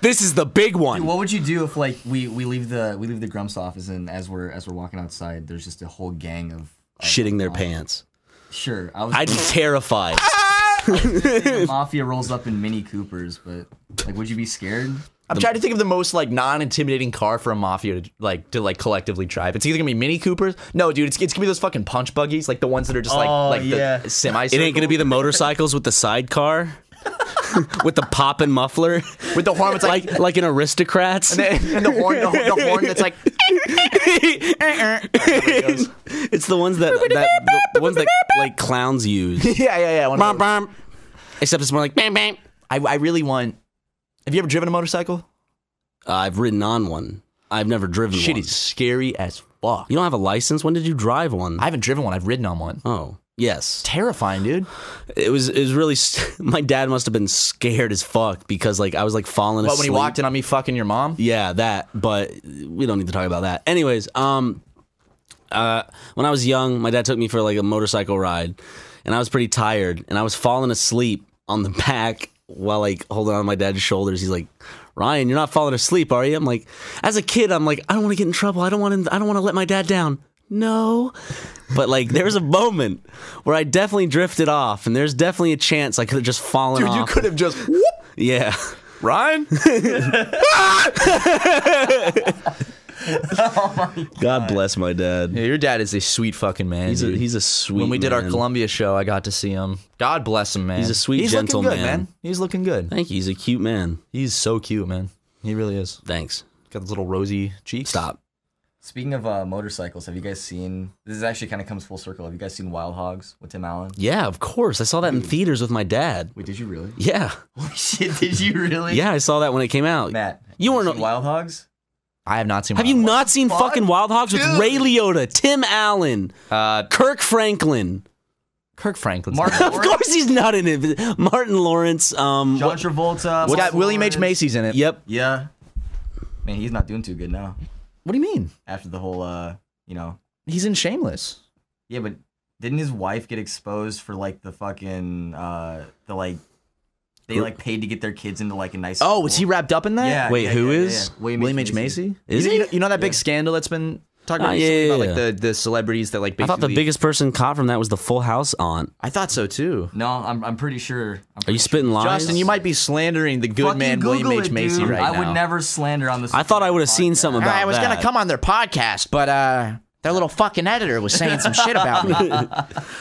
S2: this is the big one.
S3: What would you do if like we we leave the we leave the Grumps office and as we're as we're walking outside, there's just a whole gang of of-
S2: Shitting their
S3: uh,
S2: pants.
S3: Sure, I was
S2: I'd be terrified.
S3: the mafia rolls up in Mini Coopers, but like, would you be scared?
S1: I'm trying to think of the most like non-intimidating car for a mafia to like to like collectively drive. It's either gonna be Mini Coopers. No, dude, it's, it's gonna be those fucking punch buggies, like the ones that are just like
S3: Oh,
S1: like
S3: yeah.
S1: the semi.
S2: It ain't gonna be the motorcycles with the sidecar. with the poppin' muffler.
S1: with the horn. It's like
S2: Like like an aristocrats.
S1: and the horn, the, the horn that's like.
S2: it's the ones that, that the, the ones that like clowns use.
S1: Yeah, yeah, yeah. one of
S2: Bum,
S1: those.
S2: bum. Except it's more like bam bam.
S1: I, I really want. Have you ever driven a motorcycle?
S2: Uh, I've ridden on one. I've never driven
S1: Shit
S2: one.
S1: is scary as fuck.
S2: You don't have a license. When did you drive one?
S1: I haven't driven one. I've ridden on one.
S2: oh, yes.
S1: Terrifying, dude.
S2: It was. It was really. s my dad must have been scared as fuck because like I was like falling
S1: But
S2: asleep.
S1: when he walked in on me fucking your mom,
S2: Yeah, that. But we don't need to talk about that. Anyways, um, uh, when I was young, my dad took me for like a motorcycle ride, and I was pretty tired, and I was falling asleep on the back while like holding on to my dad's shoulders. He's like, "Ryan, you're not falling asleep, are you?" I'm like, as a kid, I'm like, I don't want to get in trouble. I don't want to. I don't want to let my dad down. No. But like, there was a moment where I definitely drifted off, and there's definitely a chance I could have just fallen
S1: dude,
S2: off.
S1: you could have just.
S2: yeah.
S1: Ryan?
S2: God bless my dad.
S1: Yeah, your dad is a sweet fucking man.
S2: He's a,
S1: dude.
S2: he's a sweet.
S1: when we did our
S2: man.
S1: Columbia show, I got to see him. God bless him, man.
S2: He's a sweet,
S1: He's looking
S2: gentle
S1: good,
S2: man.
S1: He's looking good.
S2: Thank you. He's a cute man.
S1: He's so cute, man. He really is.
S2: Thanks.
S1: Got those little rosy cheeks.
S2: Stop.
S3: Speaking of uh, motorcycles, have you guys seen? This is actually kind of comes full circle. Have you guys seen Wild Hogs with Tim Allen?
S2: Yeah, of course. I saw that in theaters with my dad.
S3: Wait, did you really?
S2: Yeah.
S3: Holy shit, did you really?
S2: Yeah, I saw that when it came out.
S3: Matt,
S2: You
S3: have
S2: were
S3: seen
S2: no-
S3: Wild Hogs.
S1: I have not seen.
S2: Have you not seen fucking Wild Hogs with
S3: Dude.
S2: Ray Liotta, Tim Allen,
S1: Uh,
S2: Kirk Franklin?
S1: Kirk Franklin.
S3: Mark
S2: Of course he's not in it. Martin Lawrence. Um,
S3: John Travolta.
S1: It's got
S3: Martin
S1: William H
S3: Lawrence.
S1: Macy's in it.
S2: Yep.
S3: Yeah. Man, he's not doing too good now.
S1: What do you mean?
S3: After the whole, uh, you know,
S1: He's in Shameless.
S3: yeah, but didn't his wife get exposed for like the fucking, uh, the like, they like paid to get their kids into like a nice.
S1: Oh, is he
S3: school?
S1: wrapped up in that?
S3: Yeah.
S2: Wait, who is
S3: yeah. William,
S1: William H Macy.
S2: Is
S1: you,
S2: he?
S1: know, you know that big scandal that's been talking
S2: Ah, yeah,
S1: recently about
S2: yeah,
S1: like the, the celebrities that like
S2: I
S1: basically
S2: thought the biggest person caught from that was the Full House aunt.
S1: I thought so too.
S3: No, I'm, I'm pretty sure. I'm
S2: Are
S3: pretty
S2: you spitting lies?
S1: Justin, you might be slandering the good
S3: Fucking
S1: man
S3: Google
S1: William
S3: it,
S1: H Macy
S3: dude.
S1: right
S3: I
S1: now.
S3: would never slander on this.
S2: I thought I would have seen something about
S4: I was
S2: that.
S4: gonna come on their podcast, but uh, their little fucking editor was saying some shit about me.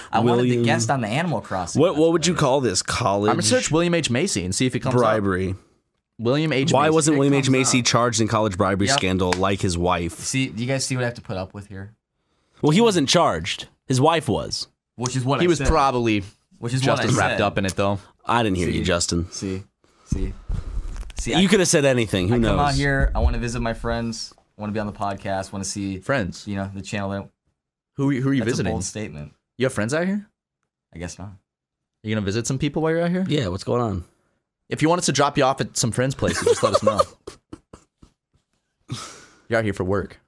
S3: I wanted the
S2: William-
S3: guest on the Animal Crossing.
S6: What what would you call this? College
S1: I'm gonna search William H Macy and see if it comes up.
S6: bribery.
S1: William H.
S2: Why
S1: Macy.
S2: wasn't William H.
S3: comes
S2: Macy
S3: up.
S2: charged in college bribery
S3: Yep.
S2: scandal like his wife?
S3: See, do you guys see what I have to put up with here?
S2: Well, he wasn't charged. His wife was.
S3: Which is what
S1: he
S3: I
S1: was
S3: said.
S1: probably
S3: Which is
S1: just
S3: what I
S1: as wrapped
S3: said.
S1: up in it though.
S2: I didn't hear you, Justin.
S3: See, see, see. I,
S2: You could have said anything. Who
S3: I
S2: knows?
S3: come out here. I want to visit my friends. I want to be on the podcast. Want to see
S1: Friends.
S3: you know the channel. That,
S1: Who who are you
S3: that's a
S1: visiting?
S3: bold statement.
S1: You have friends out here?
S3: I guess not.
S1: You gonna visit some people while you're out here?
S2: Yeah, what's going on?
S1: If you want us to drop you off at some friends' places, just let us know. You're out here for work.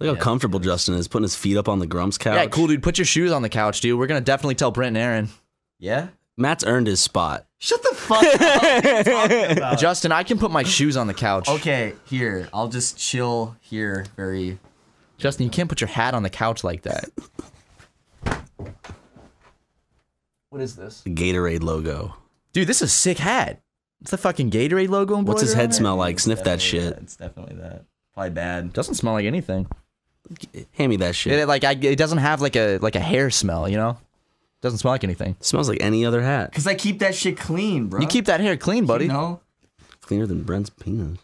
S2: Look how comfortable Justin is putting his feet up on the Grumps couch.
S1: Yeah, Uh, cool, dude. Put your shoes on the couch, dude. We're gonna definitely tell Brent and Aaron.
S3: Yeah.
S2: Matt's earned his spot.
S3: Shut the fuck up.
S1: Justin, I can put my shoes on the couch.
S3: Okay, here. I'll just chill here. Very.
S1: Justin, you can't put your hat on the couch like that. What is this?
S2: The Gatorade logo.
S1: Dude, this is a sick hat. It's the fucking Gatorade logo.
S2: What's
S1: embroidered
S2: his
S1: on
S2: head
S1: it.
S2: smell like? Sniff that shit.
S3: It's definitely that. Probably bad.
S1: Doesn't smell like anything.
S2: Hand me that
S1: It,
S2: shit.
S1: it, like I, it doesn't have like a like a hair smell, you know? Doesn't smell like anything.
S2: smells like any other hat.
S3: Cause I keep that shit clean, bro.
S1: You keep that hair clean, buddy.
S3: You know,
S2: Cleaner than Brent's penis.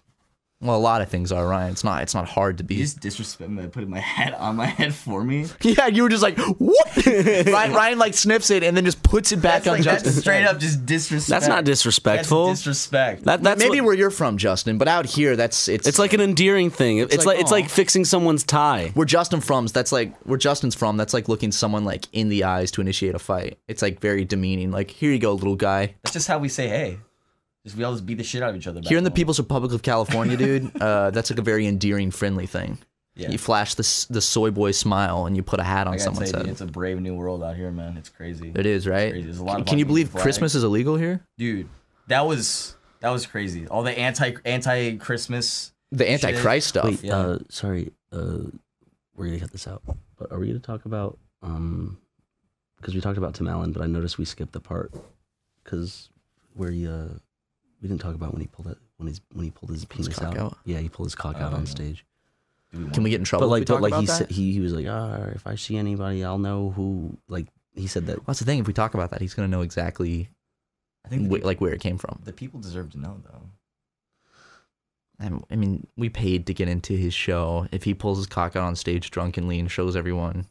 S1: Well, a lot of things are, Ryan. It's not it's not hard to be.
S3: you just disrespect me by putting my hat on my head for me.
S1: Yeah, you were just like, what? Ryan, Ryan like sniffs it and then just puts it back
S3: That's
S1: on
S3: like that's
S1: Justin.
S3: straight up just disrespect.
S2: That's not
S3: That's
S2: disrespectful.
S3: disrespect.
S2: that, that's
S1: Maybe
S2: what-
S1: where you're from, Justin, but out here, that's it's
S2: It's like an endearing thing. It's,
S1: like,
S2: like, it's
S1: aw.
S2: like fixing someone's tie.
S1: where Justin from's. That's like where Justin's from. That's like looking someone like in the eyes to initiate a fight. It's like very demeaning. Like here you go, little guy.
S3: That's just how we say hey. Just we all just beat the shit out of each other. back
S1: Here in the
S3: home.
S1: People's Republic of California, dude, uh, that's like a very endearing, friendly thing.
S3: Yeah.
S1: You flash the s- the soy boy smile and you put a hat
S3: I
S1: on
S3: gotta
S1: someone's
S3: tell you, dude,
S1: head.
S3: it's a brave new world out here, man. It's crazy,
S1: It is right.
S3: Crazy. There's a lot
S1: Can-
S3: of
S1: Can you
S3: fucking
S1: believe
S3: flags.
S1: Christmas is illegal here?
S3: dude. That was that was crazy. All the anti anti Christmas.
S1: The Antichrist stuff.
S2: Wait,
S3: Yeah.
S2: uh, sorry, uh, we're gonna cut this out. But are we gonna talk about um? Because we talked about Tim Allen, but I noticed we skipped the part because where he uh, we didn't talk about when he pulled it when he's when he pulled his penis
S1: cock
S2: out.
S1: out?
S2: Yeah, he pulled his cock out on stage.
S1: Can we get in trouble?
S2: But
S1: if we
S2: like,
S1: talk
S2: but like
S1: about
S2: he
S1: that?
S2: said he he was like, ah, if I see anybody, I'll know who. Like he said that.
S1: Well, that's the thing. If we talk about that, he's gonna know exactly
S3: I think the,
S1: wh- like where it came from.
S3: the people deserve to know though.
S1: I'm- I mean, we paid to get into his show. If he pulls his cock out on stage drunkenly and shows everyone,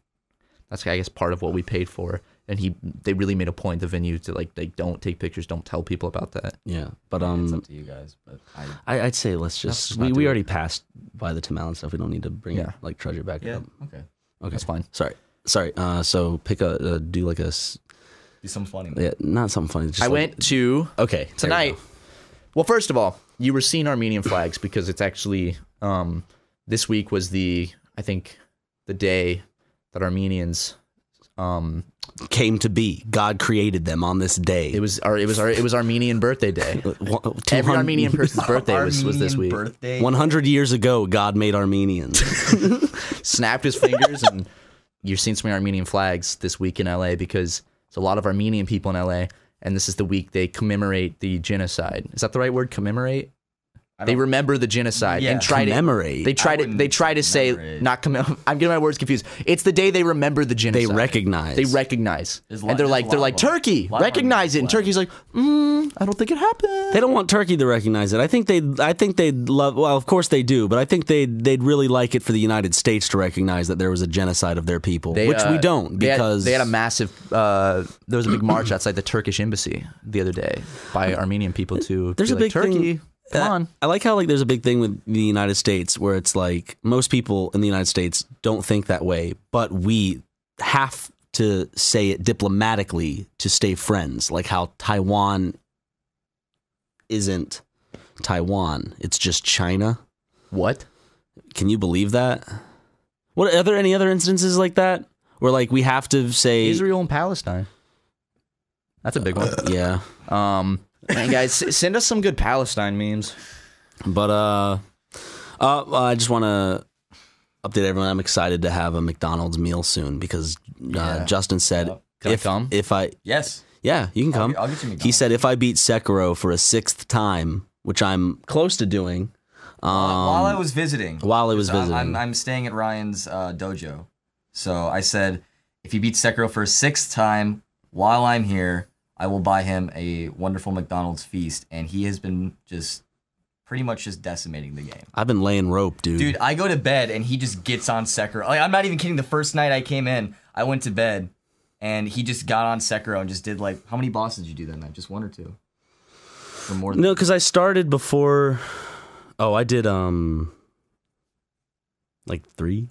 S1: that's I guess part of what we paid for. And he, they really made a point the venue to like they don't take pictures, don't tell people about that.
S2: Yeah, but
S3: it's
S2: um,
S3: up to you guys, but I
S2: I, I'd say let's
S1: Let's
S2: just
S1: just
S2: we,
S1: not
S2: we
S1: do it.
S2: already passed by the Tim Allen stuff. We don't need to bring
S1: Yeah.
S2: it like trudge it back
S3: yeah
S1: um,
S2: up.
S3: okay.
S2: Okay.
S1: That's fine.
S2: Sorry. Sorry. Uh, so pick a uh, do like a s-
S3: Do some funny. man.
S2: yeah, not something funny. Just
S1: I
S2: like-
S1: went to
S2: okay there we
S1: tonight.
S2: go.
S1: Well, first of all, you were seeing Armenian flags because it's actually um, this week was the I think the day that Armenians um,
S2: Came to be. God created them on this day. Uh,
S1: it was our it was our it was Armenian birthday day. Every Armenian person's birthday was, was this
S3: Armenian
S1: week.
S3: Birthday.
S2: One hundred years ago, God made Armenians.
S1: Snapped his fingers, and you're seeing so many Armenian flags this week in LA because it's a lot of Armenian people in LA, and this is the week they commemorate the genocide. Is that the right word? Commemorate? They remember the genocide
S3: Yeah.
S1: and try to
S2: Commemorate.
S1: they try
S3: I
S1: to
S3: wouldn't
S1: they try to say
S3: commemorate.
S1: not commem- I'm getting my words confused. It's the day they remember the
S2: they
S1: genocide.
S2: recognize.
S1: They recognize,
S3: There's a lot-
S1: and they're
S3: there's a
S1: like they're
S3: lot
S1: like
S3: of them.
S1: Turkey,
S3: A lot of
S1: recognize it, and Turkey's
S3: Armenian
S1: like, mm, I don't think it happened.
S2: They don't want Turkey to recognize it. I think they. I think they'd love. Well, of course they do, but I think they would they'd really like it for the United States to recognize that there was a genocide of their people,
S1: They,
S2: which
S1: uh,
S2: we don't
S1: they had-
S2: because
S1: they had, a massive. Uh, there was a big march outside the Turkish embassy the other day by Armenian people to.
S2: There's
S1: be
S2: a
S1: like,
S2: big
S1: Turkey.
S2: thing.
S1: Come
S2: Uh,
S1: on,
S2: I like how like there's a big thing with the United States where it's like most people in the United States don't think that way, but we have to say it diplomatically to stay friends. Like how Taiwan isn't Taiwan; it's just China.
S1: what?
S2: Can you believe that? What are there any other instances like that where like we have to say
S1: Israel and Palestine. That's a big one.
S2: Yeah,
S1: Um, man, guys, s- send us some good Palestine memes.
S2: but uh, uh, I just want to update everyone. I'm excited to have a McDonald's meal soon because uh, Justin said
S1: I
S2: if
S1: come?
S2: if I
S3: Yes.
S2: yeah you can come.
S3: I'll get you
S2: he
S3: McDonald's.
S2: said if I beat Sekiro for a sixth time, which I'm close to doing,
S3: while
S1: um,
S3: I was visiting.
S2: while I was
S3: I'm- I'm,
S2: visiting.
S3: I'm staying at Ryan's uh, dojo. So I said, if he beats Sekiro for a sixth time while I'm here, I will buy him a wonderful McDonald's feast. And he has been just pretty much just decimating the game.
S2: I've been laying rope, dude.
S3: Dude, I go to bed and he just gets on Sekiro. Like, I'm not even kidding. The first night I came in, I went to bed and he just got on Sekiro and just did like, how many bosses did you do that night? Just one or two? Or more than
S2: No, because I started before. Oh, I did um, like three.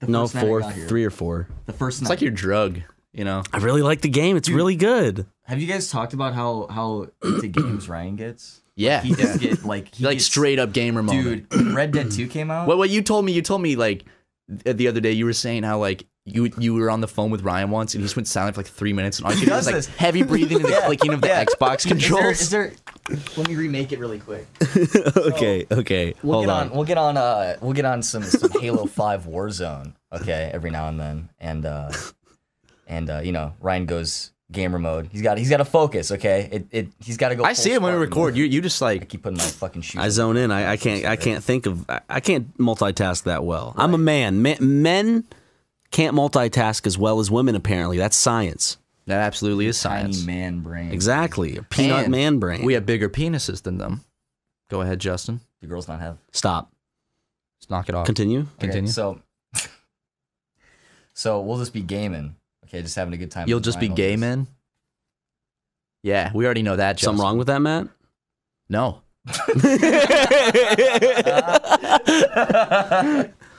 S3: The
S2: No,
S3: first night I
S2: four,
S3: got here.
S2: three or four.
S3: The first
S1: It's
S3: night.
S1: like your drug, you know.
S2: I really like the game. It's really good.
S3: Have you guys talked about how how into games Ryan gets?
S1: Yeah,
S3: He just get like he
S1: like
S3: gets-
S1: straight up gamer moment.
S3: Dude, when Red Dead Two came out.
S1: What what you told me? You told me like th- the other day. You were saying how like you you were on the phone with Ryan once, and he just went silent for like three minutes, and all you could hear was
S3: does
S1: like
S3: this.
S1: heavy breathing and the clicking of the Xbox
S3: Is there,
S1: controls.
S3: is there? Let me remake it really quick.
S2: okay, okay.
S3: We'll
S2: Hold
S3: get
S2: on.
S3: on. We'll get on. Uh, we'll get on some, some Halo Five Warzone. Okay, every now and then, and uh, and uh, you know, Ryan goes gamer mode. He's got he's got to focus. Okay, it, it he's got to go.
S1: I see it when we record. You you just
S3: I
S1: like
S3: keep putting my fucking shoes.
S2: I
S3: on.
S2: zone in. I, I can't. I can't think of. I, I can't multitask that well. I'm a man. Ma- Men can't multitask as well as women. Apparently, that's science.
S1: that absolutely is
S3: Tiny
S1: science.
S3: man brain.
S2: Exactly. A peanut
S1: And
S2: man brain.
S1: We have bigger penises than them. Go ahead, Justin.
S3: The girls not have.
S2: Stop.
S1: Let's knock it off.
S2: Continue.
S3: Okay,
S1: Continue.
S3: so, so we'll just be gaming. Okay, just having a good time.
S1: You'll
S3: with
S1: just be
S3: Ryan on
S1: gay
S3: this.
S1: men. Yeah, we already know that. Justin.
S2: Something wrong with that, Matt?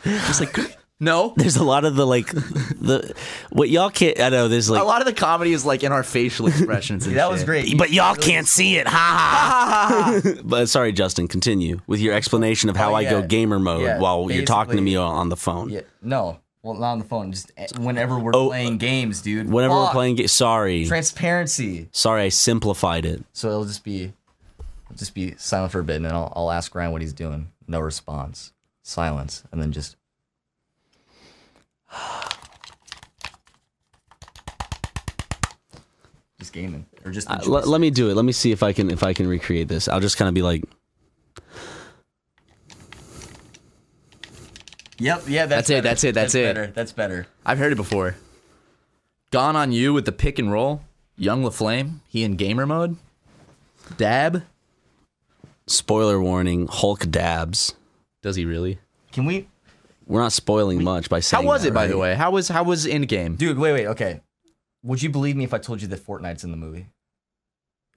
S1: No,
S2: Just like
S1: no.
S2: there's a lot of the like the what y'all can't. I know there's
S1: A
S2: like,
S1: lot of the comedy is like in our facial expressions. And
S3: That was
S1: shit.
S3: great.
S2: but y'all can't see it. Ha ha. but sorry, Justin. Continue with your explanation of how
S3: Oh,
S2: I go
S3: yeah.
S2: gamer mode
S3: Yeah,
S2: while you're talking to me
S3: basically-
S2: on the phone.
S3: Yeah, no. Well, not on the phone. Just a- whenever we're
S2: Oh,
S3: playing games, dude.
S2: Whenever we're
S3: Fuck.
S2: playing, ga- sorry,
S3: transparency.
S2: sorry, I simplified it.
S3: So it'll just be, it'll just be silent for a bit, and then I'll, I'll ask Ryan what he's doing. No response. Silence, and then just. Just gaming, or just.
S2: Uh, let, let me do it. Let me see if I can if I can recreate this. I'll just kind of be like,
S3: yep, yeah, that's,
S1: That's it,
S3: better.
S1: that's it, that's it.
S3: Better. That's better.
S1: I've heard it before. Gone on you with the pick and roll. Young LaFlame, he in gamer mode. Dab.
S2: spoiler warning, Hulk dabs.
S1: Does he really?
S3: Can we,
S2: We're not spoiling much by
S1: How
S2: saying.
S1: was
S2: that,
S1: it, by
S2: right?
S1: the way? How was how was Endgame?
S3: dude? Wait, wait. Okay, would you believe me if I told you that Fortnite's in the movie?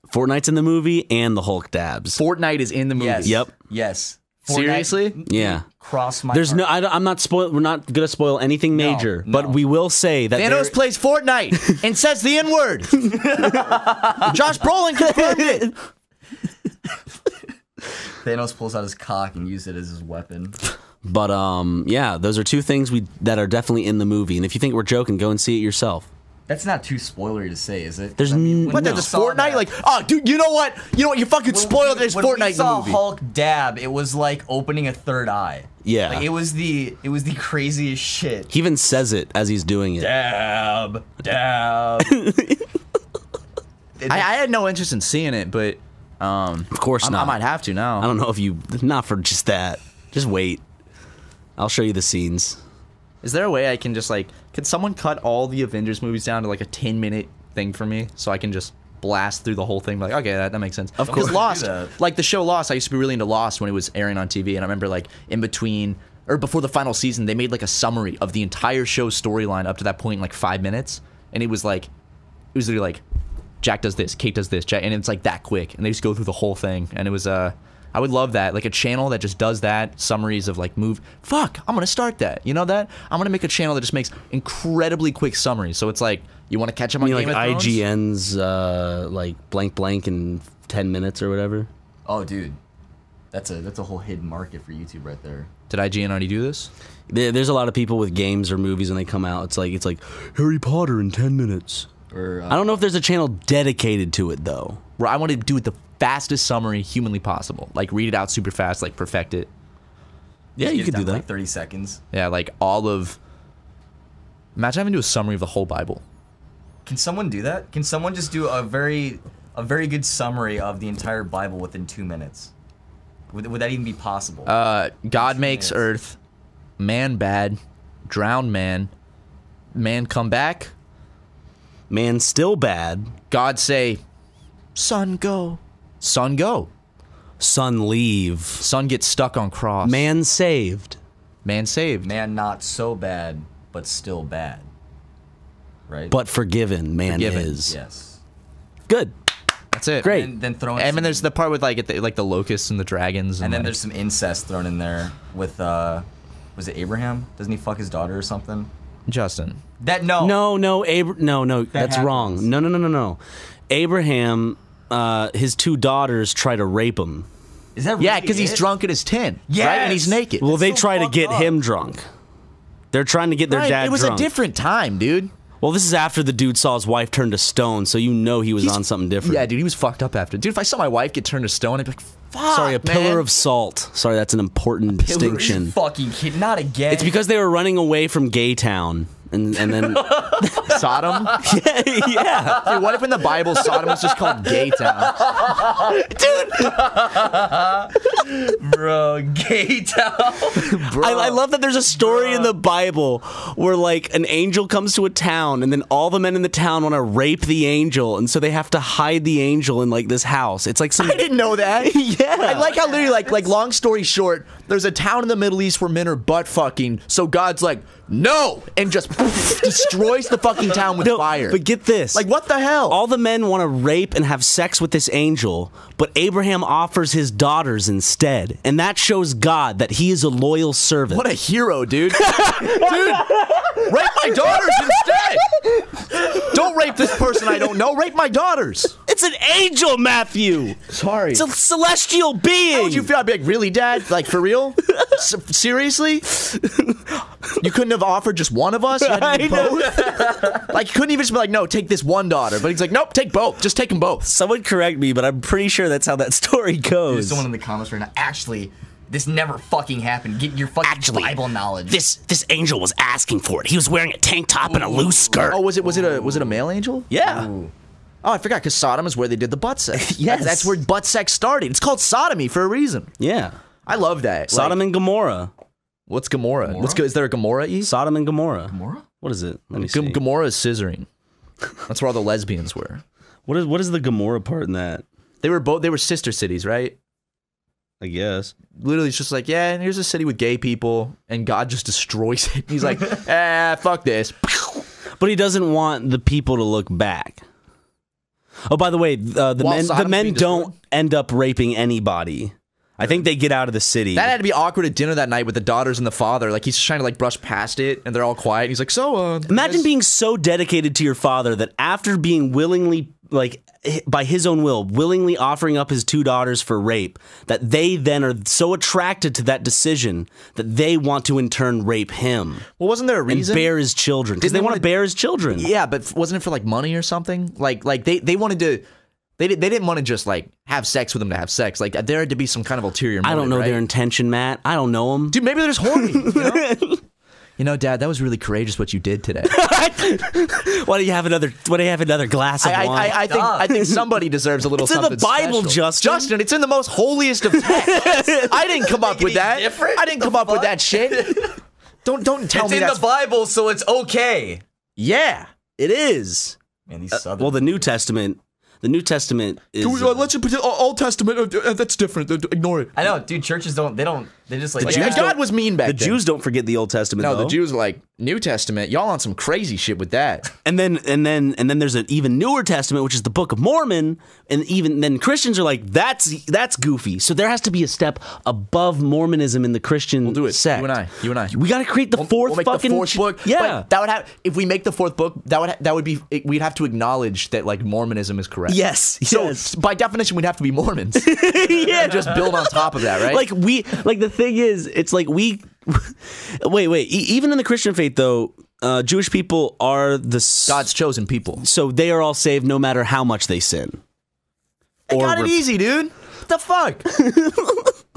S2: Fortnite's in the movie and the Hulk dabs.
S1: Fortnite is in the movie.
S3: Yes.
S2: Yep.
S3: Yes.
S1: Seriously?
S2: Yeah.
S3: Cross my.
S2: There's no.
S3: heart.
S2: I, don't- I'm not spoil. We're not gonna spoil anything major,
S3: no.
S2: but we will say that
S1: Thanos
S2: there-
S1: plays Fortnite and says the N word. Josh Brolin confirmed it.
S3: Thanos pulls out his cock and uses it as his weapon.
S2: But um, yeah, those are two things we that are definitely in the movie. And if you think we're joking, go and see it yourself.
S3: That's not too spoilery to say, is it?
S2: There's n-
S3: when
S1: What
S3: we
S1: the just
S3: saw
S1: Fortnite?
S3: that-
S1: Like, oh, dude, you know what? You know what? You fucking
S3: when
S1: spoiled
S3: we-
S1: this
S3: when we
S1: Fortnite in the
S3: saw
S1: movie.
S3: Hulk dab. It was like opening a third eye.
S2: Yeah.
S3: Like, it was the it was the craziest shit.
S2: He even says it as he's doing it.
S3: Dab, dab.
S1: I, I had no interest in seeing it, but um,
S2: Of course
S1: I,
S2: not.
S1: I might have to
S2: I
S1: now.
S2: don't know if you not for just that. Just wait. I'll show you the scenes.
S1: Is there a way I can just like? Could someone cut all the Avengers movies down to like a ten minute thing for me, so I can just blast through the whole thing? Like, okay, that, that makes sense. Of
S3: course.
S1: Lost,
S3: Do that.
S1: like the show Lost, I used to be really into Lost when it was airing on TV, and I remember like in between or before the final season, they made like a summary of the entire show's storyline up to that point in like five minutes, and it was like, it was literally like, Jack does this, Kate does this, Jack, and it's like that quick, and they just go through the whole thing, and it was uh. I would love that, like a channel that just does that summaries of like move. Fuck, I'm gonna start that. You know that? I'm gonna make a channel that just makes incredibly quick summaries. So it's like you want to catch up on
S2: You know,
S1: Game
S2: like
S1: of Thrones?
S2: IGN's uh, like blank blank in ten minutes or whatever.
S3: oh, dude, that's a that's a whole hidden market for YouTube right there.
S1: Did IGN already do this?
S2: There, there's a lot of people with games or movies when they come out. It's like it's like Harry Potter in ten minutes.
S3: Or uh,
S2: I don't know if there's a channel dedicated to it though.
S1: where I want to do it the fastest summary humanly possible. Like read it out super fast, like perfect it.
S2: Yeah,
S3: Just
S2: you
S3: get it
S2: could
S3: down
S2: do
S3: to,
S2: that.
S3: Like Thirty seconds.
S1: Yeah, like all of. Imagine having to do a summary of the whole Bible.
S3: Can someone do that? Can someone just do a very, a very good summary of the entire Bible within two minutes? Would, would that even be possible?
S1: Uh, God makes
S3: minutes.
S1: earth, man bad, drowned man, man come back.
S2: Man, still bad.
S1: God say, son go, son go,
S2: Son, leave.
S1: son gets stuck on cross.
S2: Man, saved.
S1: man saved.
S3: Man, not so bad, but still bad. Right.
S2: But forgiven, man
S1: Forgiven,
S2: is.
S3: yes.
S2: Good.
S1: That's it.
S2: Great.
S3: And then throw. In
S1: And then
S3: some-
S1: there's the part with like the, like the locusts and the dragons. And,
S3: and then
S1: like-
S3: there's some incest thrown in there with uh, was it Abraham? Doesn't he fuck his daughter or something?
S1: Justin.
S3: That no.
S2: No, no, Abra- no, no. that's
S3: happens.
S2: wrong. No, no, no, no, no. Abraham, uh, his two daughters try to rape him.
S3: Is that
S1: Yeah,
S3: really
S1: because he's
S3: it?
S1: drunk in his tin. Right? And he's
S3: Yes!
S1: naked.
S2: Well, they
S3: so
S2: try to
S3: fucked
S2: get
S3: up.
S2: him drunk. They're trying to get their
S1: Right,
S2: dad
S1: it was
S2: drunk.
S1: a different time, dude.
S2: well, this is after the dude saw his wife turn to stone, so you know he was on something different.
S1: Yeah, dude, he was fucked up after. Dude, if I saw my wife get turned to stone, I'd be like, fuck.
S2: Sorry, a pillar
S1: man."
S2: of salt. Sorry, that's an important
S3: Are you
S2: distinction.
S3: Fucking kid, not again.
S2: It's because they were running away from Gay Town, and and then
S1: Sodom.
S2: yeah,
S1: Dude, what if in the Bible Sodom was just called Gay Town?
S3: bro, gay town.
S2: I, I love that there's a story in the Bible where like an angel comes to a town, and then all the men in the town want to rape the angel, and so they have to hide the angel in like this house. It's like some
S1: I didn't know that.
S2: yeah,
S1: I like how literally, like, like long story short, there's a town in the Middle East where men are butt fucking. So God's like, no, and just destroys the fucking town with
S2: No,
S1: fire.
S2: But get this,
S1: like, what the hell?
S2: all the men want to rape and have sex with this angel, but Abraham offers his daughters instead, and that shows God that he is a loyal servant.
S1: what a hero, dude. dude, rape my daughters instead. Don't rape this person I don't know. Rape my daughters.
S2: it's an angel, Matthew.
S1: Sorry.
S2: It's a celestial being.
S1: How would you feel? I'd be like, really, Dad? Like, for real? S- seriously? You couldn't have offered just one of us? You had to do both? like, you couldn't even just be like, no, take this one daughter. But he's like, nope, take both. Just take them both.
S2: Someone correct me, but I'm pretty sure that's how that story
S3: There's
S2: goes.
S3: someone in the comments right now. Actually, this never fucking happened. Get your fucking
S2: Actually,
S3: Bible knowledge.
S2: This this angel was asking for it. He was wearing a tank top and a loose skirt.
S1: Oh, was it was it a was it a male angel?
S2: yeah.
S1: Oh, I forgot because Sodom is where they did the butt sex.
S2: Yes.
S1: that's, that's where butt sex started. It's called sodomy for a reason.
S2: Yeah.
S1: I love that.
S2: Sodom
S1: Like,
S2: and Gomorrah.
S1: what's Gomorrah? What's go- is there a Gomorrah? E?
S2: Sodom and Gomorrah. Gomorrah? What is it? Let me see.
S1: G- Gomorrah is scissoring. That's where all the lesbians were.
S2: what is what is the Gomorrah part in that?
S1: They were both. They were sister cities, right?
S2: I guess.
S1: literally it's just like, yeah, and here's a city with gay people, and God just destroys it. He's like, ah, fuck this.
S2: But he doesn't want the people to look back. Oh, by the way, uh, the
S1: While
S2: men the
S1: Sodom's
S2: men
S1: being
S2: don't
S1: destroyed?
S2: end up raping anybody. I think they get out of the city.
S1: That had to be awkward at dinner that night with the daughters and the father. Like he's trying to like brush past it, and they're all quiet. He's like, so uh,
S2: Imagine being so dedicated to your father that after being willingly, like hi- by his own will, willingly offering up his two daughters for rape, that they then are so attracted to that decision that they want to in turn rape him
S1: well, wasn't there a
S2: and
S1: reason?
S2: bear his children
S1: Didn't
S2: because they
S1: they
S2: want to
S1: wanna-
S2: bear his children.
S1: yeah, but f- wasn't it for like money or something? Like like they they wanted to. They, di- they didn't want to just like have sex with him to have sex. Like there had to be some kind of ulterior. Motive,
S2: I don't know
S1: right?
S2: their intention, Matt. I don't know them.
S1: Dude, maybe they're just horny. You know? You know, Dad, that was really courageous what you did today.
S2: Why do you have another? Why do you have another glass of
S1: I,
S2: wine?
S1: I, I, I think I think somebody deserves a little
S2: It's in the
S1: something.
S2: Bible,
S1: special.
S2: Justin.
S1: Justin, it's in the most holiest of texts. I didn't come up with that. I didn't come up with that shit. Don't don't tell
S3: it's
S1: me
S3: in
S1: that's
S3: the Bible, so it's okay.
S2: yeah, it is.
S3: Man, these southern.
S2: Uh, Well, the New Testament. The New Testament is. uh,
S1: just Old Testament. uh, that's different. ignore it.
S3: I know, dude. Churches don't. They don't. They just like.
S1: Yeah,
S3: yeah,
S1: God was mean back
S2: the
S1: then.
S2: Jews don't forget the Old Testament.
S1: No,
S2: though.
S1: the Jews are like New Testament. Y'all on some crazy shit with that.
S2: And then and then and then there's an even newer testament, which is the Book of Mormon, and even then Christians are like, that's that's goofy. So there has to be a step above Mormonism in the Christian
S1: We'll do it.
S2: sect.
S1: You and I. You and I.
S2: We gotta create the 4th
S1: we'll make
S2: fucking
S1: the fourth
S2: ch-
S1: book.
S2: Yeah.
S1: but that would have. If we make the fourth book, that would ha- that would be. It, we'd have to acknowledge that like Mormonism is correct.
S2: yes.
S1: So
S2: Yes.
S1: by definition, we'd have to be Mormons.
S2: yeah.
S1: just build on top of that, right?
S2: like we like the thing is, it's like we wait, wait. E- even in the Christian faith though, uh, Jewish people are the s-
S1: God's chosen people.
S2: so they are all saved no matter how much they sin.
S1: I got it
S2: rep-
S1: easy, dude. What the fuck?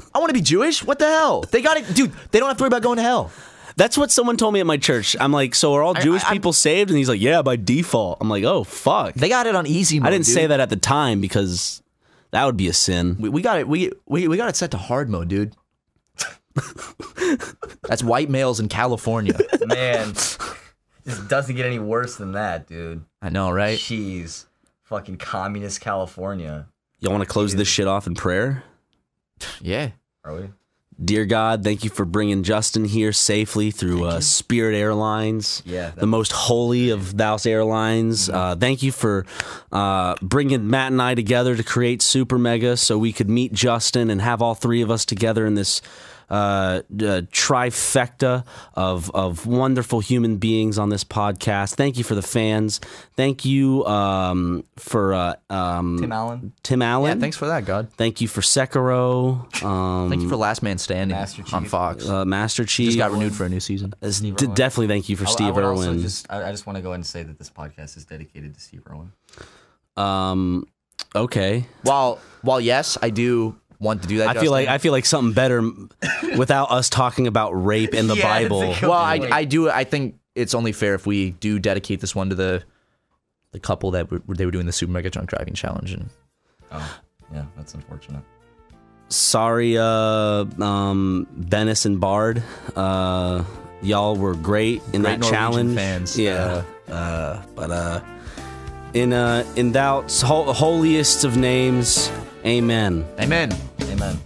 S1: I want to be Jewish. What the hell? They got it, dude. They don't have to worry about going to hell.
S2: That's what someone told me at my church. I'm like, so are all Jewish people saved? And he's like, yeah, by default. I'm like, oh fuck.
S1: They got it on easy. Mode,
S2: I didn't
S1: dude.
S2: say that at the time because that would be a sin.
S1: We, we got it. We, we we got it set to hard mode, dude. That's white males in California.
S3: Man, this doesn't get any worse than that, dude.
S1: I know, right?
S3: Jeez, fucking communist California.
S2: Y'all want to close this shit off in prayer?
S1: Yeah.
S3: Are we?
S2: Dear God, thank you for bringing Justin here safely through uh, Spirit Airlines,
S3: Yeah,
S2: the most holy of Thous Airlines.
S1: Mm-hmm.
S2: Uh, thank you for uh, bringing Matt and I together to create Super Mega so we could meet Justin and have all three of us together in this uh, uh, trifecta of, of wonderful human beings on this podcast. Thank you for the fans. Thank you um, for uh, um,
S3: Tim Allen,
S2: Tim Allen.
S1: Yeah. Thanks for that, God.
S2: Thank you for Sekiro. Um,
S1: Thank you for Last Man Standing
S3: Master
S1: on
S3: Chief.
S1: Fox.
S2: uh, Master Chief.
S1: Just got renewed for a new season.
S2: As- d- definitely thank you for
S3: I- I
S2: Steve
S3: would also
S2: Irwin.
S3: Just, I, I just want to go ahead and say that this podcast is dedicated to Steve Irwin.
S2: um, okay.
S1: While while yes, I do want to do that.
S2: I feel like
S1: Justin.
S2: I feel like something better m- without us talking about rape in the
S3: Yeah, that's a
S2: Bible.
S3: good-
S1: well, I
S3: Wait.
S1: I do. I think it's only fair if we do dedicate this one to the the couple that were, they were doing the Super Mega Drunk Driving Challenge and
S3: Oh, yeah, that's unfortunate.
S2: Sorry, uh, um, Venice and Bard. Uh, y'all were great
S1: Great
S2: in that
S1: Norwegian
S2: challenge.
S1: fans.
S2: Yeah. Uh, but uh, in uh, in thou holiest of names, Amen.
S1: Amen.
S3: Amen.